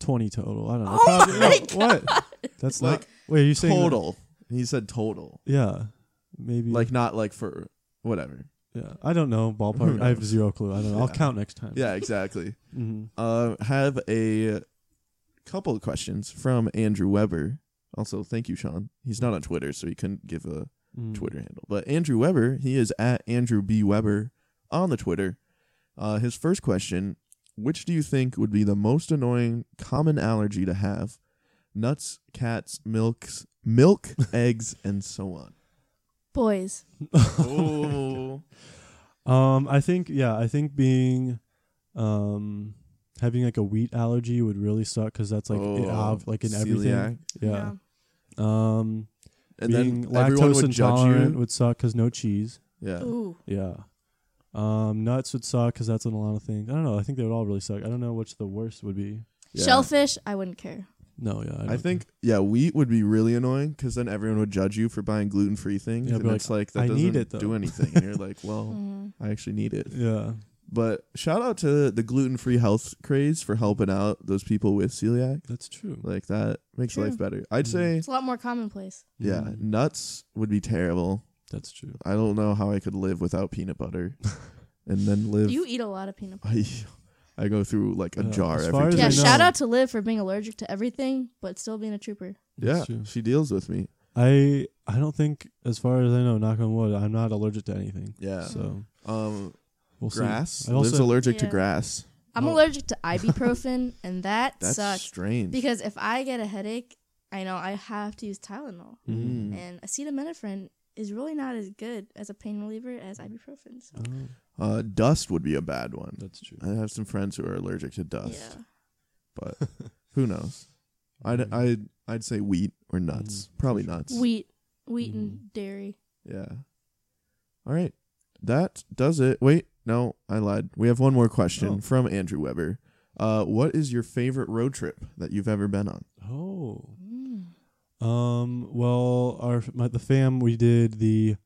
20 total. I don't know. Oh Probably- my no, What? That's not Like, Wait, are you saying that- Total. He said total. Yeah. Maybe Like not like for whatever. yeah. I don't know ballpark. Who I have knows? zero clue. I don't know. I'll Yeah. count next time. Yeah, exactly. hmm Mm-hmm. uh, have a couple of questions from Andrew Weber. Also, thank you, Sean. He's not on Twitter, so he couldn't give a Mm. Twitter handle. But Andrew Weber, he is at Andrew B. Weber on the Twitter. Uh, his first question Which do you think would be the most annoying common allergy to have? Nuts, cats, milks, milk, eggs, and so on. Boys. Oh. Um, I think yeah, I think being, um, having like a wheat allergy would really suck because that's like it, Oh, ob- like in celiac. everything. you Yeah. know. Um, And being then everyone lactose would judge intolerant you. would suck because no cheese. Yeah. Ooh. Yeah. Um, nuts would suck because that's in a lot of things. I don't know. I think they would all really suck. I don't know which the worst would be. yeah. Shellfish, I wouldn't care. No, yeah, I, I don't- think yeah, wheat would be really annoying because then everyone would judge you for buying gluten free things, Yeah, and be like, it's like that "I doesn't need it, though." do anything. And you're like, well, Mhm. I actually need it. Yeah, But shout out to the gluten free health craze for helping out those people with celiac. that's true. Like that makes True. life better. I'd Mhm. say It's a lot more commonplace. yeah, Mm, nuts would be terrible. that's true. I don't know how I could live without peanut butter, and then live. You eat a lot of peanut butter. I, I go through like a Yeah, jar Uh, as every far time. as Yeah, I shout know. out to Liv for being allergic to everything, but still being a trooper. yeah, That's true. she deals with me. I I don't think, as far as I know, knock on wood, I'm not allergic to anything. Yeah. So Um, we'll grass. see. I Liv's also allergic to Yeah. grass. I'm Oh. allergic to ibuprofen, and that That's sucks. strange. Because if I get a headache, I know I have to use Tylenol. Mm. Mm. And acetaminophen is really not as good as a pain reliever as ibuprofen. So. Oh, uh, dust would be a bad one. that's true. I have some friends who are allergic to dust, Yeah. but who knows? I'd Mm. I'd I'd say wheat or nuts. Mm, Probably for sure. nuts. Wheat, wheat and dairy. Yeah. All right, that does it. Wait, no, I lied. We have one more question Oh. from Andrew Weber. Uh, what is your favorite road trip that you've ever been on? Oh. Mm. Um. Well, our my, the fam we did the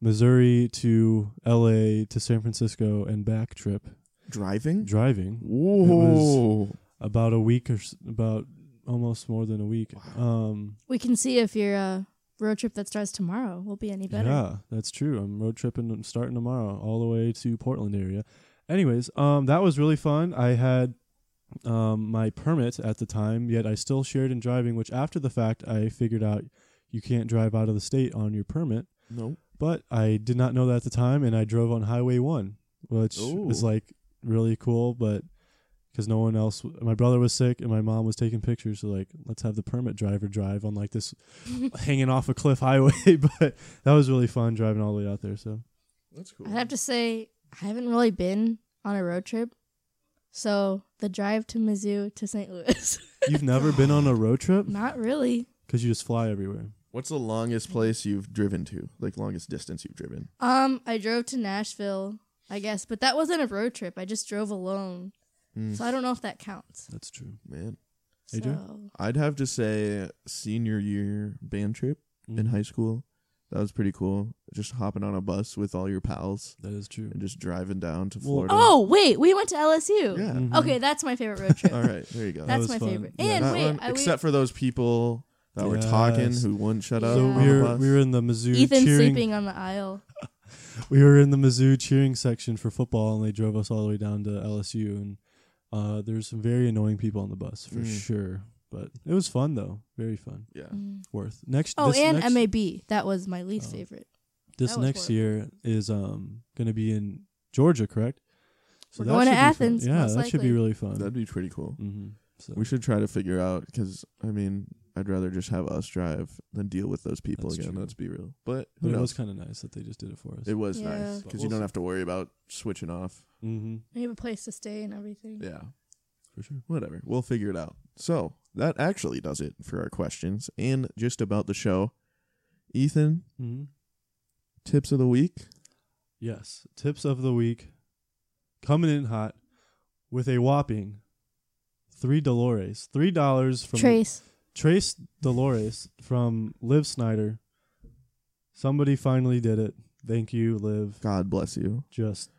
Missouri to L.A. to San Francisco and back trip Driving. driving Whoa! about a week or s- about almost more than a week. Um. We can see if your uh, road trip that starts tomorrow will be any better. Yeah, that's true. I'm road tripping. I'm starting tomorrow all the way to Portland area, Anyways, um, that was really fun. I had um, my permit at the time, yet I still shared in driving, which after the fact I figured out you can't drive out of the state on your permit. No. But I did not know that at the time, and I drove on Highway 1, which Ooh. is like really cool, but because no one else, my brother was sick and my mom was taking pictures, so like, let's have the permit driver drive on like this hanging off a cliff highway. but that was really fun driving all the way out there. So That's cool. I'd have to say I haven't really been on a road trip, so the drive to Mizzou to St. Louis, you've never been on a road trip not really. because you just fly everywhere. What's the longest place you've driven to? Like longest distance you've driven? Um, I drove to Nashville, I guess, but that wasn't a road trip. I just drove alone, Mm. so I don't know if that counts. That's true. Man, Hey, Joe? So I'd have to say senior year band trip in Mhm. high school. That was pretty cool. Just hopping on a bus with all your pals That is true. and just driving down to Well- Florida. oh wait, we went to LSU. yeah. Mhm. Okay, that's my favorite road trip. All right, there you go. That That's was my fun. favorite. Yeah. And That wait, one, I, except for those people that were Yes. talking who wouldn't shut up. So Yeah. on we the were bus. we were in the Mizzou Ethan cheering. sleeping on the aisle. We were in the Mizzou cheering section for football, and they drove us all the way down to LSU. And uh, there's some very annoying people on the bus for Mm. sure, but it was fun though. Very fun. yeah. Mm. Worth next. Oh, this and next, MAB. That was my least Oh. favorite. This was next horrible. year is um going to be in Georgia, correct? We're that going to should be fun. Athens, Yeah, most that should be likely. really fun. That'd be pretty cool. hmm So We should try to figure out because I mean, I'd rather just have us drive than deal with those people That's again. true. Let's be real. But who but it knows? was kind of nice that they just did it for us. It was Yeah. nice But because you we'll don't see. have to worry about switching off. mm-hmm. We have a place to stay and everything. Yeah, For sure. whatever. We'll figure it out. So that actually does it for our questions and just about the show. Ethan, Mm-hmm. tips of the week. Yes. Tips of the week. Coming in hot with a whopping three Dolores. Three dollars from Trace. Trace Dolores from Liv Snyder. Somebody finally did it. Thank you, Liv. God bless you. Just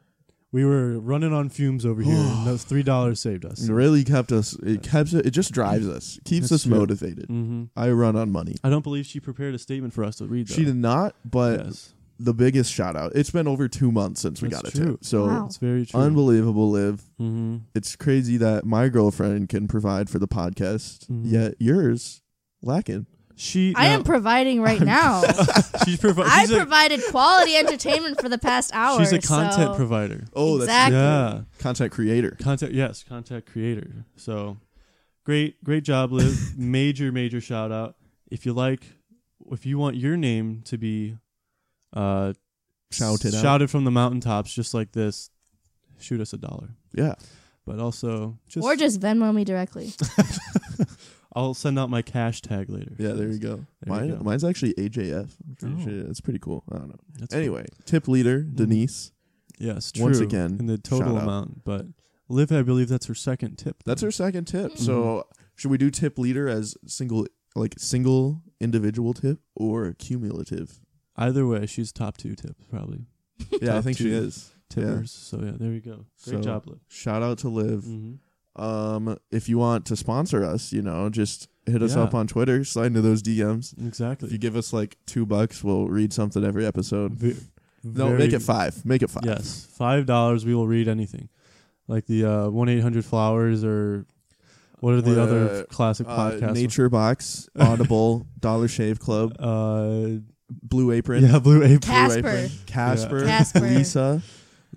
we were running on fumes over here and those three dollars saved us. It really kept us. It keeps. It just drives us. Keeps That's us true. motivated. Mm-hmm. I run on money. I don't believe she prepared a statement for us to read. Though. She did not, but Yes. the biggest shout out. It's been over two months since we That's got a true. tip. So Wow. It's very true. unbelievable, Liv. mm-hmm. It's crazy that my girlfriend can provide for the podcast, Mhm. yet yours lacking. She. I no, am providing right now. She's, provi- I she's, a, provided quality entertainment for the past hour. she's a content so- provider. Oh, Exactly. Yeah. that's content creator. content yes content creator so great great job liv major major shout out if you like if you want your name to be uh Shouted out. shouted from the mountaintops just like this shoot us a dollar Yeah. but also just, or just Venmo me directly. i'll send out my cash tag later Yeah, there you go. There you Mine, go. Mine's actually AJF. I'm pretty Oh. sure It's pretty cool. I don't know. That's Mm. anyway, tip leader, Denise. cool. yes true, once again, in the total shout out. amount but liv i believe that's her second tip That's her second tip. So Mm-hmm. should we do tip leader as single like single individual tip or cumulative? either way she's top two tips probably Yeah, I Top think she two. is. tippers so yeah there you go great So- job liv Shout out to Liv. mm-hmm. Um, if you want to sponsor us, you know, just hit us Yeah. up on Twitter, slide into those DMs. If exactly you give us like two bucks, we'll read something every episode. Ve- No, very- make it five. Make it five. Yes, five dollars. We will read anything, like the uh, one eight hundred flowers or what are the Uh, other classic Uh, podcasts? Nature Box, Audible, Dollar Shave Club, Uh, Blue Apron, yeah, Blue Blue Apron. Casper. Apron, Casper, Casper. Lisa,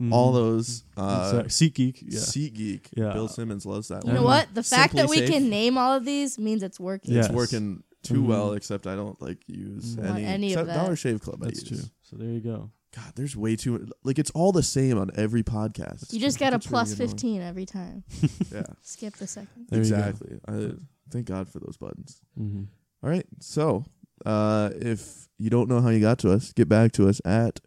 Mhm. all those. Uh, Exact- SeatGeek. Yeah, SeatGeek. Yeah. Bill Simmons loves that. You one. know Mhm. what? The fact Simply that we safe. can name all of these means it's working. Yeah. It's Yes. working too Mhm. well, except I don't like use Want any, any of except that. Dollar Shave Club. that's I true. use. So there you go. God, there's way too like it's all the same on every podcast. You just got a It's really plus annoying. 15 every time. Yeah, Skip the second. There you go. exactly. I thank God for those buttons. Mhm. All right, so uh, if you don't know how you got to us, get back to us at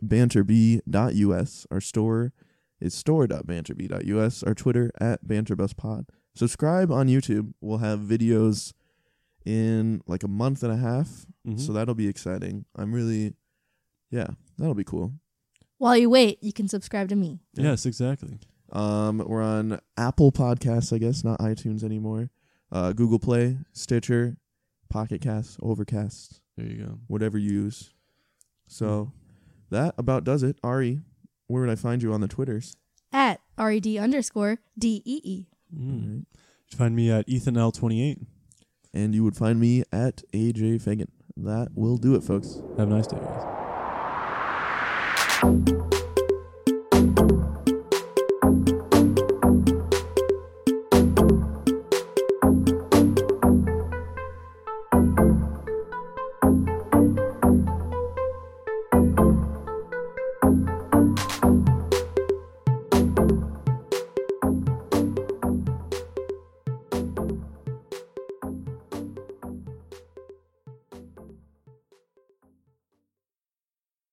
banterb.us. Our store is store.banterb.us. Our Twitter at banterbuspod. Subscribe on YouTube. We'll have videos in like a month and a half, Mhm. so that'll be exciting. I'm really, yeah, that'll be cool. While you wait, you can subscribe to me. yes, exactly. Um, we're on Apple Podcasts, I guess, not iTunes anymore. Uh, Google Play, Stitcher, Pocket Cast, Overcast, There you go. whatever you use. So that about does it. Ari, where would I find you on the Twitters? At R E D underscore D E E. Mm. You can find me at EthanL28. And you would find me at AJ Fagan. That will do it, folks. Have a nice day, guys. Thank you.